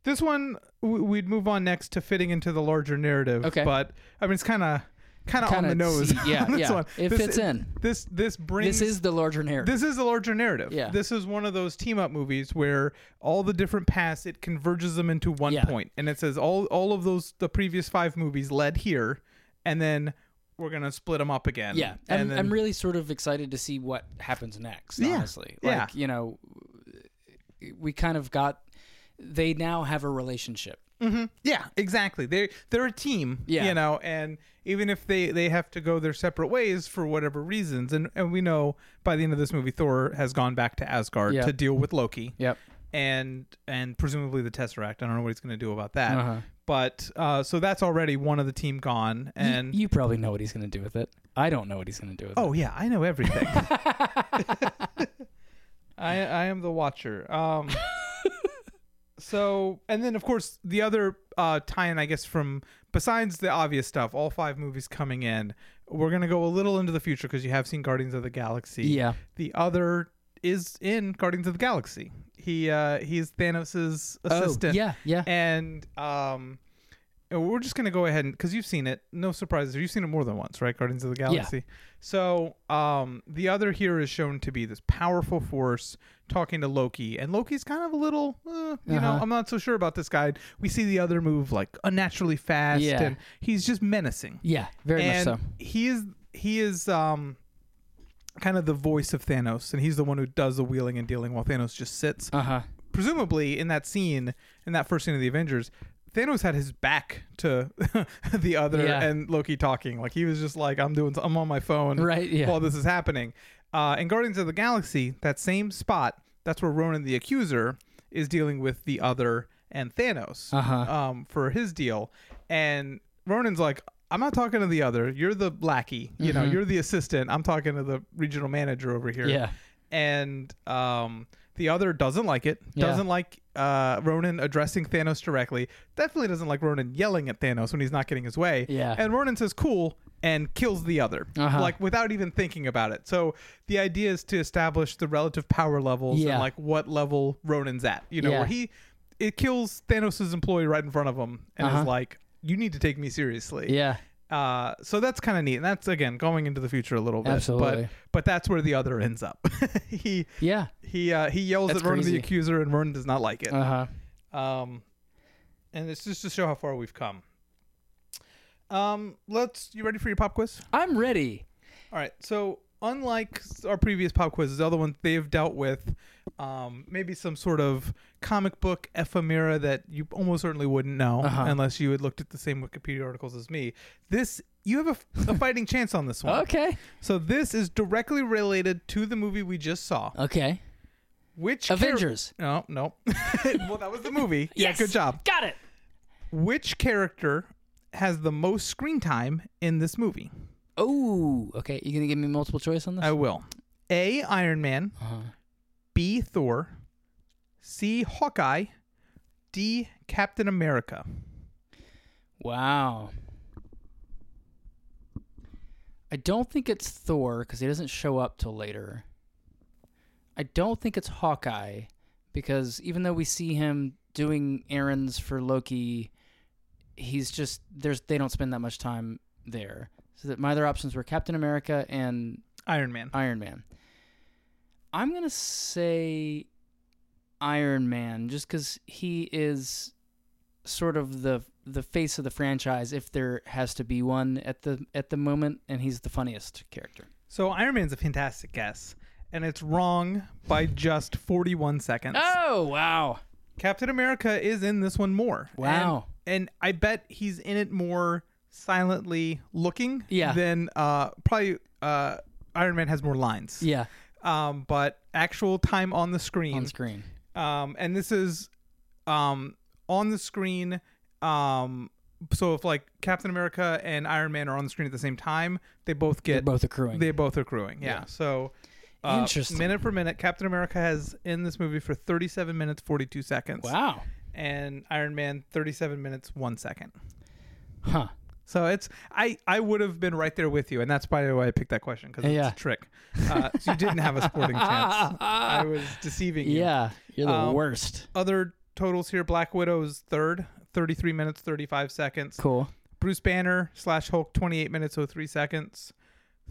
[SPEAKER 1] this one w- we'd move on next to fitting into the larger narrative.
[SPEAKER 2] Okay.
[SPEAKER 1] but I mean it's kind of kind of on
[SPEAKER 2] Kinda
[SPEAKER 1] the nose.
[SPEAKER 2] see- yeah,
[SPEAKER 1] on this
[SPEAKER 2] yeah.
[SPEAKER 1] one.
[SPEAKER 2] It
[SPEAKER 1] This-
[SPEAKER 2] fits in.
[SPEAKER 1] This this brings
[SPEAKER 2] This is the larger narrative.
[SPEAKER 1] This is a larger narrative.
[SPEAKER 2] Yeah.
[SPEAKER 1] This is one of those team up movies where all the different paths it converges them into one
[SPEAKER 2] Yeah.
[SPEAKER 1] point. and it says all all of those the previous five movies led here, and then we're gonna split them up again.
[SPEAKER 2] Yeah,
[SPEAKER 1] and
[SPEAKER 2] I'm,
[SPEAKER 1] then,
[SPEAKER 2] I'm really sort of excited to see what happens next.
[SPEAKER 1] Yeah,
[SPEAKER 2] Honestly,
[SPEAKER 1] yeah.
[SPEAKER 2] like you know, we kind of got. They now have a relationship.
[SPEAKER 1] Mhm. yeah, exactly. They they're a team.
[SPEAKER 2] Yeah.
[SPEAKER 1] you know, and even if they they have to go their separate ways for whatever reasons, and and we know by the end of this movie, Thor has gone back to Asgard
[SPEAKER 2] Yeah.
[SPEAKER 1] to deal with Loki.
[SPEAKER 2] Yep.
[SPEAKER 1] and and presumably the tesseract. I don't know what he's going to do about that.
[SPEAKER 2] Uh-huh.
[SPEAKER 1] But uh, so that's already one of the team gone. And
[SPEAKER 2] you, probably know what he's going to do with it. I don't know what he's going to do with it.
[SPEAKER 1] oh yeah, I know everything. I I am the watcher. Um, so and then of course the other uh, tie-in, I guess, from besides the obvious stuff, all five movies coming in. We're gonna go a little into the future because you have seen Guardians of the Galaxy.
[SPEAKER 2] Yeah.
[SPEAKER 1] The other is in Guardians of the Galaxy. He uh, he's Thanos' assistant.
[SPEAKER 2] Oh, yeah, yeah.
[SPEAKER 1] and um and we're just gonna go ahead and because you've seen it no surprises you've seen it more than once right guardians of the galaxy so um the other here is shown to be this powerful force talking to loki and loki's kind of a little eh, you know
[SPEAKER 2] Uh-huh.
[SPEAKER 1] i'm not so sure about this guy we see the other move like unnaturally fast
[SPEAKER 2] Yeah.
[SPEAKER 1] and he's just menacing
[SPEAKER 2] yeah, very
[SPEAKER 1] and
[SPEAKER 2] much so.
[SPEAKER 1] he is he is um kind of the voice of thanos and he's the one who does the wheeling and dealing while thanos just sits
[SPEAKER 2] Uh huh.
[SPEAKER 1] presumably in that scene in that first scene of the Avengers, Thanos had his back to the other
[SPEAKER 2] Yeah.
[SPEAKER 1] and Loki talking. Like he was just like, "I'm doing, I'm on my phone
[SPEAKER 2] Right, yeah.
[SPEAKER 1] while this is happening." Uh, in Guardians of the Galaxy, that same spot, that's where Ronan the Accuser is dealing with the other and Thanos
[SPEAKER 2] Uh-huh.
[SPEAKER 1] um, for his deal, and Ronan's like, "I'm not talking to the other. You're the lackey. You
[SPEAKER 2] Mm-hmm.
[SPEAKER 1] know, you're the assistant. I'm talking to the regional manager over here."
[SPEAKER 2] Yeah.
[SPEAKER 1] and um, the other doesn't like it.
[SPEAKER 2] Yeah.
[SPEAKER 1] Doesn't like uh, Ronan addressing Thanos directly. Definitely doesn't like Ronan yelling at Thanos when he's not getting his way.
[SPEAKER 2] Yeah.
[SPEAKER 1] And Ronan says, "Cool." And kills the other,
[SPEAKER 2] Uh-huh.
[SPEAKER 1] like without even thinking about it. So the idea is to establish the relative power levels
[SPEAKER 2] Yeah.
[SPEAKER 1] and like what level Ronan's at. You know,
[SPEAKER 2] Yeah.
[SPEAKER 1] where he it kills Thanos' employee right in front of him and
[SPEAKER 2] Uh-huh.
[SPEAKER 1] is like, "You need to take me seriously."
[SPEAKER 2] Yeah.
[SPEAKER 1] Uh, so that's kind of neat, and that's again going into the future a little bit.
[SPEAKER 2] Absolutely.
[SPEAKER 1] But but that's where the other ends up. he
[SPEAKER 2] Yeah.
[SPEAKER 1] he uh, he yells
[SPEAKER 2] That's
[SPEAKER 1] at Ronan
[SPEAKER 2] crazy.
[SPEAKER 1] the accuser, and Ronan does not like it.
[SPEAKER 2] Uh huh.
[SPEAKER 1] Um, and it's just to show how far we've come. Um, let's. You ready for your pop quiz?
[SPEAKER 2] I'm ready.
[SPEAKER 1] All right. So unlike our previous pop quizzes, the other ones they've dealt with um, maybe some sort of comic book ephemera that you almost certainly wouldn't know
[SPEAKER 2] Uh-huh.
[SPEAKER 1] unless you had looked at the same Wikipedia articles as me. This you have a, a fighting chance on this one.
[SPEAKER 2] Okay.
[SPEAKER 1] So this is directly related to the movie we just saw.
[SPEAKER 2] Okay.
[SPEAKER 1] Which char-
[SPEAKER 2] Uh, Avengers.
[SPEAKER 1] no, no. well, that was the movie. Yeah,
[SPEAKER 2] Yes.
[SPEAKER 1] good job.
[SPEAKER 2] Got it.
[SPEAKER 1] Which character has the most screen time in this movie?
[SPEAKER 2] Oh. Okay. You gonna give me multiple choice on this?
[SPEAKER 1] I will. A. Iron Man.
[SPEAKER 2] Uh-huh.
[SPEAKER 1] B. Thor. C. Hawkeye. D. Captain America.
[SPEAKER 2] Wow. I don't think it's Thor because he doesn't show up till later. I don't think it's Hawkeye because even though we see him doing errands for Loki, he's just there's they don't spend that much time there. So that my other options were Captain America and
[SPEAKER 1] Iron Man.
[SPEAKER 2] Iron Man. I'm gonna say Iron Man just because he is sort of the the face of the franchise if there has to be one at the at the moment, and he's the funniest character.
[SPEAKER 1] So Iron Man's a fantastic guess, and it's wrong by just 41 seconds.
[SPEAKER 2] Oh wow!
[SPEAKER 1] Captain America is in this one more.
[SPEAKER 2] Wow.
[SPEAKER 1] And, and I bet he's in it more silently looking
[SPEAKER 2] Yeah.
[SPEAKER 1] than uh, probably uh, Iron Man has more lines.
[SPEAKER 2] Yeah,
[SPEAKER 1] Um, but actual time on the screen.
[SPEAKER 2] on screen.
[SPEAKER 1] um, and this is um, on the screen. Um, so if like Captain America and Iron Man are on the screen at the same time, they both
[SPEAKER 2] They're
[SPEAKER 1] get
[SPEAKER 2] both accruing.
[SPEAKER 1] they both are accruing. Yeah.
[SPEAKER 2] Yeah.
[SPEAKER 1] So uh,
[SPEAKER 2] Interesting.
[SPEAKER 1] Minute for minute, Captain America has in this movie for 37 minutes 42 seconds.
[SPEAKER 2] wow.
[SPEAKER 1] And Iron Man 37 minutes 1 second.
[SPEAKER 2] Huh.
[SPEAKER 1] So it's I I would have been right there with you, and that's probably why I picked that question because
[SPEAKER 2] Yeah.
[SPEAKER 1] it's a trick. Uh, so you didn't have a sporting chance. I was deceiving you.
[SPEAKER 2] Yeah, you're the
[SPEAKER 1] Um,
[SPEAKER 2] worst.
[SPEAKER 1] Other totals here: Black Widow's third, 33 minutes 35 seconds.
[SPEAKER 2] Cool.
[SPEAKER 1] Bruce Banner slash Hulk, 28 minutes 03 seconds.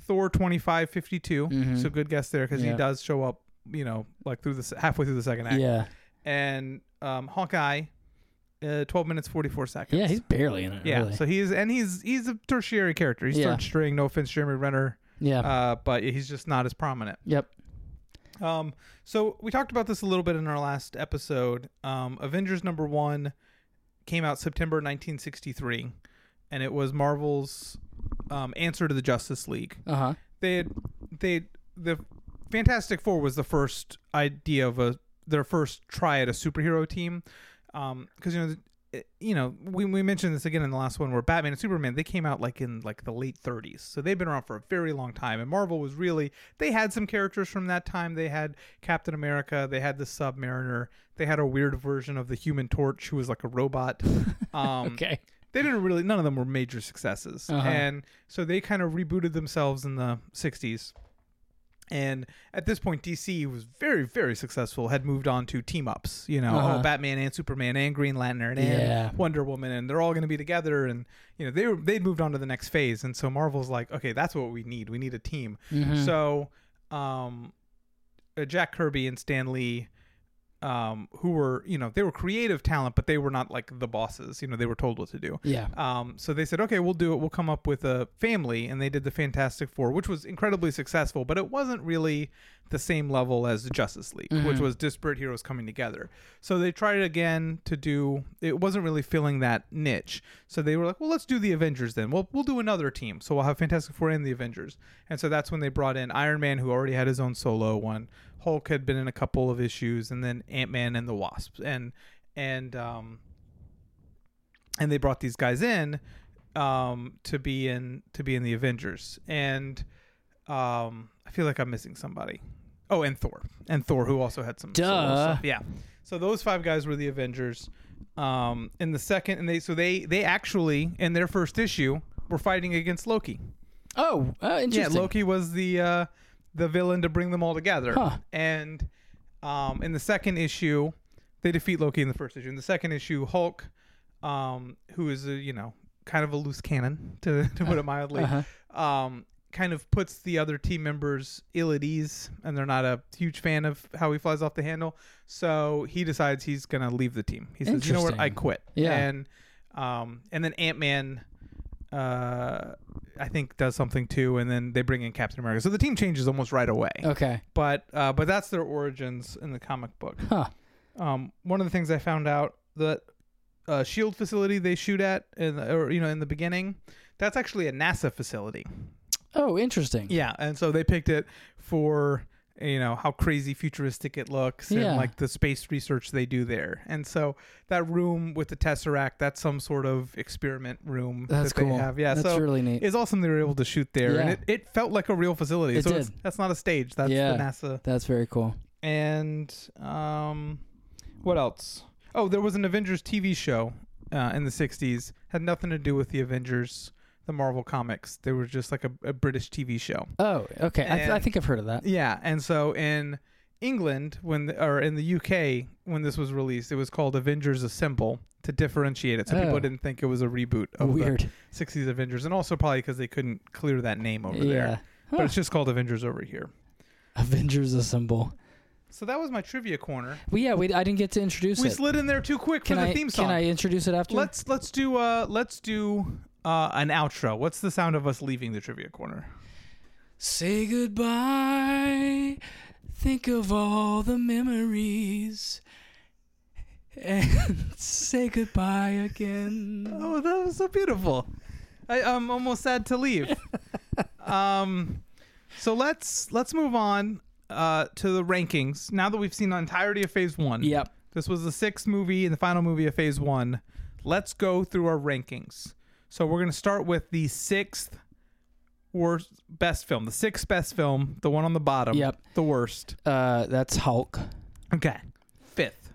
[SPEAKER 1] Thor, 25 52.
[SPEAKER 2] Mhm.
[SPEAKER 1] So good guess there because
[SPEAKER 2] Yeah.
[SPEAKER 1] he does show up, you know, like through the s- halfway through the second act.
[SPEAKER 2] Yeah.
[SPEAKER 1] And um, Hawkeye, uh, 12 minutes 44 seconds.
[SPEAKER 2] Yeah, he's barely in it.
[SPEAKER 1] Yeah,
[SPEAKER 2] Really.
[SPEAKER 1] so he's and he's he's a tertiary character. He's
[SPEAKER 2] Yeah.
[SPEAKER 1] third string. No offense, Jeremy Renner,
[SPEAKER 2] yeah.
[SPEAKER 1] uh, but he's just not as prominent.
[SPEAKER 2] yep.
[SPEAKER 1] Um, so we talked about this a little bit in our last episode. Um, Avengers number one came out September 1963, and it was Marvel's um, answer to the Justice League.
[SPEAKER 2] Uh huh.
[SPEAKER 1] They had they the Fantastic Four was the first idea of a their first try at a superhero team, because you know. it- You know, we, we mentioned this again in the last one where Batman and Superman they came out like in like the late 30s, so they've been around for a very long time. And Marvel was really they had some characters from that time. They had Captain America, they had the Submariner, they had a weird version of the Human Torch who was like a robot. Um,
[SPEAKER 2] Okay.
[SPEAKER 1] they didn't really none of them were major successes
[SPEAKER 2] Uh-huh.
[SPEAKER 1] and so they kind of rebooted themselves in the 60s and at this point dc was very very successful had moved on to team ups you know
[SPEAKER 2] Uh-huh.
[SPEAKER 1] oh, batman and superman and green lantern and
[SPEAKER 2] Yeah.
[SPEAKER 1] wonder woman and they're all going to be together and you know they were they'd moved on to the next phase and so marvel's like okay that's what we need we need a team
[SPEAKER 2] Mhm.
[SPEAKER 1] so, um, uh, Jack Kirby and Stan Lee, um, who were you know they were creative talent, but they were not like the bosses. You know they were told what to do.
[SPEAKER 2] yeah.
[SPEAKER 1] Um, so they said, okay, we'll do it. We'll come up with a family, and they did the Fantastic Four, which was incredibly successful, but it wasn't really the same level as the Justice League, which was disparate heroes coming together. So they tried again to do. It wasn't really filling that niche. So they were like, well, let's do the Avengers then. Well, we'll do another team. So we'll have Fantastic Four and the Avengers, and so that's when they brought in Iron Man, who already had his own solo one. Hulk had been in a couple of issues, and then Ant Man and the Wasp, and and um, and they brought these guys in um, to be in to be in the Avengers. And um, I feel like I'm missing somebody. Oh, and Thor, and Thor, who also had some solo
[SPEAKER 2] Duh.
[SPEAKER 1] stuff. Yeah. So those five guys were the Avengers. Um, in the second, and they so they they actually in their first issue were fighting against Loki.
[SPEAKER 2] Oh, uh,
[SPEAKER 1] Yeah,
[SPEAKER 2] interesting.
[SPEAKER 1] Loki was the uh, the villain to bring them all together.
[SPEAKER 2] Huh.
[SPEAKER 1] And um, in the second issue, they defeat Loki in the first issue. In the second issue, Hulk, um, who is a, you know kind of a loose cannon to, to
[SPEAKER 2] Uh-huh.
[SPEAKER 1] put it mildly, um, kind of puts the other team members ill at ease, and they're not a huge fan of how he flies off the handle. So he decides he's gonna leave the team. He says, "You know what? I
[SPEAKER 2] Interesting.
[SPEAKER 1] quit."
[SPEAKER 2] Yeah.
[SPEAKER 1] And um, and then Ant Man uh, I think does something too, and then they bring in Captain America. So the team changes almost right away.
[SPEAKER 2] Okay.
[SPEAKER 1] But uh, but that's their origins in the comic book.
[SPEAKER 2] Huh.
[SPEAKER 1] Um, one of the things I found out that uh, Shield facility they shoot at, in the, or you know, in the beginning, that's actually a NASA facility.
[SPEAKER 2] Oh, interesting.
[SPEAKER 1] Yeah, and so they picked it for you know how crazy futuristic it looks
[SPEAKER 2] Yeah.
[SPEAKER 1] and like the space research they do there. And so that room with the tesseract, that's some sort of experiment room
[SPEAKER 2] That's
[SPEAKER 1] that they
[SPEAKER 2] cool.
[SPEAKER 1] have. Yeah,
[SPEAKER 2] That's
[SPEAKER 1] so
[SPEAKER 2] really neat.
[SPEAKER 1] it's awesome they were able to shoot there, and
[SPEAKER 2] Yeah.
[SPEAKER 1] it, it felt like a real facility.
[SPEAKER 2] It
[SPEAKER 1] so it's,
[SPEAKER 2] did.
[SPEAKER 1] that's not a stage. That's
[SPEAKER 2] Yeah.
[SPEAKER 1] the NASA.
[SPEAKER 2] That's very cool.
[SPEAKER 1] And um, what else? Oh, there was an Avengers TV show uh, in the '60s. Had nothing to do with the Avengers, the Marvel comics. They were just like a, a British TV show.
[SPEAKER 2] Oh, okay. I, th- I
[SPEAKER 1] And-
[SPEAKER 2] think I've heard of that.
[SPEAKER 1] Yeah, and so in England, when the, or in the UK, when this was released, it was called Avengers Assemble to differentiate it, so
[SPEAKER 2] Oh.
[SPEAKER 1] people didn't think it was a reboot of
[SPEAKER 2] Weird.
[SPEAKER 1] the '60s Avengers, and also probably because they couldn't clear that name over
[SPEAKER 2] Yeah.
[SPEAKER 1] there. But it's just called Avengers over here.
[SPEAKER 2] Avengers Assemble.
[SPEAKER 1] So that was my trivia corner.
[SPEAKER 2] Well, yeah, we, I didn't get to introduce
[SPEAKER 1] We
[SPEAKER 2] it.
[SPEAKER 1] slid in there too quick
[SPEAKER 2] Can
[SPEAKER 1] for the
[SPEAKER 2] I
[SPEAKER 1] theme song.
[SPEAKER 2] can I introduce it after?
[SPEAKER 1] Let's let's do uh let's do uh an outro. What's the sound of us leaving the trivia corner?
[SPEAKER 2] Say goodbye. Think of all the memories. And say goodbye again.
[SPEAKER 1] Oh, that was so beautiful. I, I'm almost sad to leave. um, so let's let's move on uh, to the rankings. Now that we've seen the entirety of Phase One,
[SPEAKER 2] Yep.
[SPEAKER 1] this was the sixth movie and the final movie of Phase One. Let's go through our rankings. So we're gonna start with the sixth worst best film, the sixth best film, the one on the bottom.
[SPEAKER 2] Yep.
[SPEAKER 1] The worst.
[SPEAKER 2] Uh, that's Hulk.
[SPEAKER 1] Okay. Fifth.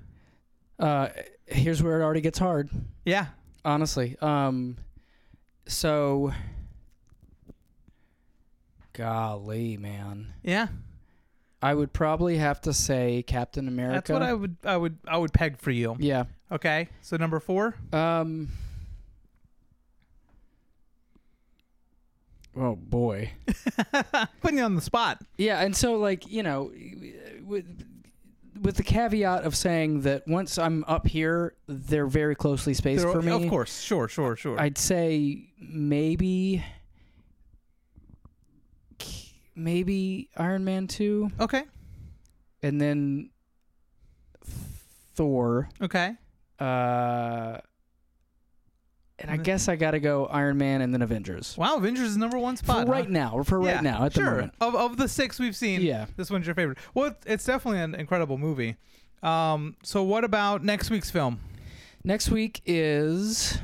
[SPEAKER 2] Uh, here's where it already gets hard.
[SPEAKER 1] Yeah.
[SPEAKER 2] honestly. Um, so, golly, man,
[SPEAKER 1] Yeah.
[SPEAKER 2] I would probably have to say Captain America.
[SPEAKER 1] That's what I would I would I would peg for you.
[SPEAKER 2] Yeah.
[SPEAKER 1] Okay. So number four.
[SPEAKER 2] Um. Oh boy.
[SPEAKER 1] putting you on the spot.
[SPEAKER 2] Yeah, and so like you know, with with the caveat of saying that once I'm up here, they're very closely spaced
[SPEAKER 1] They're-
[SPEAKER 2] for me.
[SPEAKER 1] Of course, sure, sure, sure.
[SPEAKER 2] I'd say maybe maybe Iron Man 2
[SPEAKER 1] okay,
[SPEAKER 2] and then Thor.
[SPEAKER 1] okay,
[SPEAKER 2] Uh and I guess I got to go Iron Man and then Avengers.
[SPEAKER 1] wow. Avengers is number one
[SPEAKER 2] For
[SPEAKER 1] spot
[SPEAKER 2] right
[SPEAKER 1] huh?
[SPEAKER 2] now, for
[SPEAKER 1] Yeah,
[SPEAKER 2] right now at
[SPEAKER 1] sure.
[SPEAKER 2] the moment.
[SPEAKER 1] Of of the six we've seen,
[SPEAKER 2] Yeah.
[SPEAKER 1] this one's your favorite. Well, it's- it's definitely an incredible movie. Um, so what about next week's film?
[SPEAKER 2] Next week is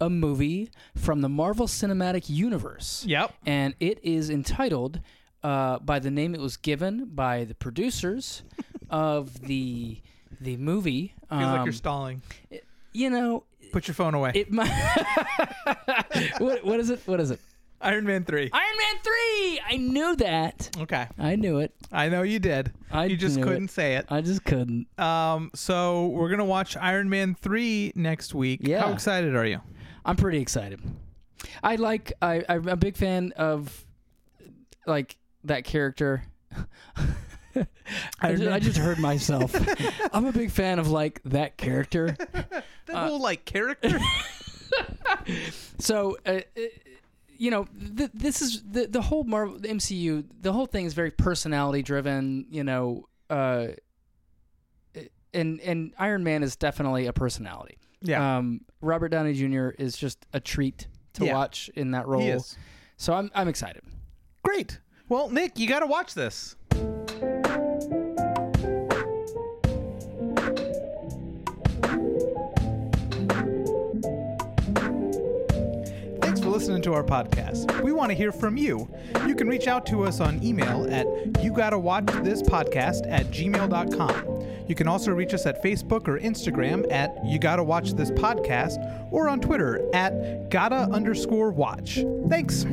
[SPEAKER 2] a movie from the Marvel Cinematic Universe.
[SPEAKER 1] Yep.
[SPEAKER 2] and it is entitled uh, by the name it was given by the producers of the the movie.
[SPEAKER 1] Feels like
[SPEAKER 2] Um,
[SPEAKER 1] you're stalling.
[SPEAKER 2] you know,
[SPEAKER 1] Put your phone away.
[SPEAKER 2] it might. what, what is it? What is it?
[SPEAKER 1] Iron Man three.
[SPEAKER 2] Iron Man three. I knew that.
[SPEAKER 1] Okay,
[SPEAKER 2] I knew it.
[SPEAKER 1] I know you did.
[SPEAKER 2] I
[SPEAKER 1] you just
[SPEAKER 2] knew
[SPEAKER 1] couldn't say it.
[SPEAKER 2] It. I just couldn't.
[SPEAKER 1] Um, so we're gonna watch Iron Man three next week.
[SPEAKER 2] Yeah.
[SPEAKER 1] How excited are you?
[SPEAKER 2] I'm pretty excited. I like. I, I'm a big fan of like that character. I,
[SPEAKER 1] Iron
[SPEAKER 2] ju-
[SPEAKER 1] Man.
[SPEAKER 2] I just heard myself. I'm a big fan of like that character.
[SPEAKER 1] That whole like character.
[SPEAKER 2] So, uh, uh, you know, th- this is the the whole Marvel the MCU. The whole thing is very personality driven. You know, uh, and and Iron Man is definitely a personality.
[SPEAKER 1] yeah,
[SPEAKER 2] Um, Robert Downey Jr. is just a treat to
[SPEAKER 1] Yeah.
[SPEAKER 2] watch in that role.
[SPEAKER 1] he is.
[SPEAKER 2] So I'm I'm excited.
[SPEAKER 1] Great. Well, Nick, you got to watch this. listening to our podcast. We want to hear from you. You can reach out to us on email at you gotta watch this podcast at gmail.com. You can also reach us at Facebook or Instagram at you gotta watch this podcast or on Twitter at gotta underscore watch. Thanks.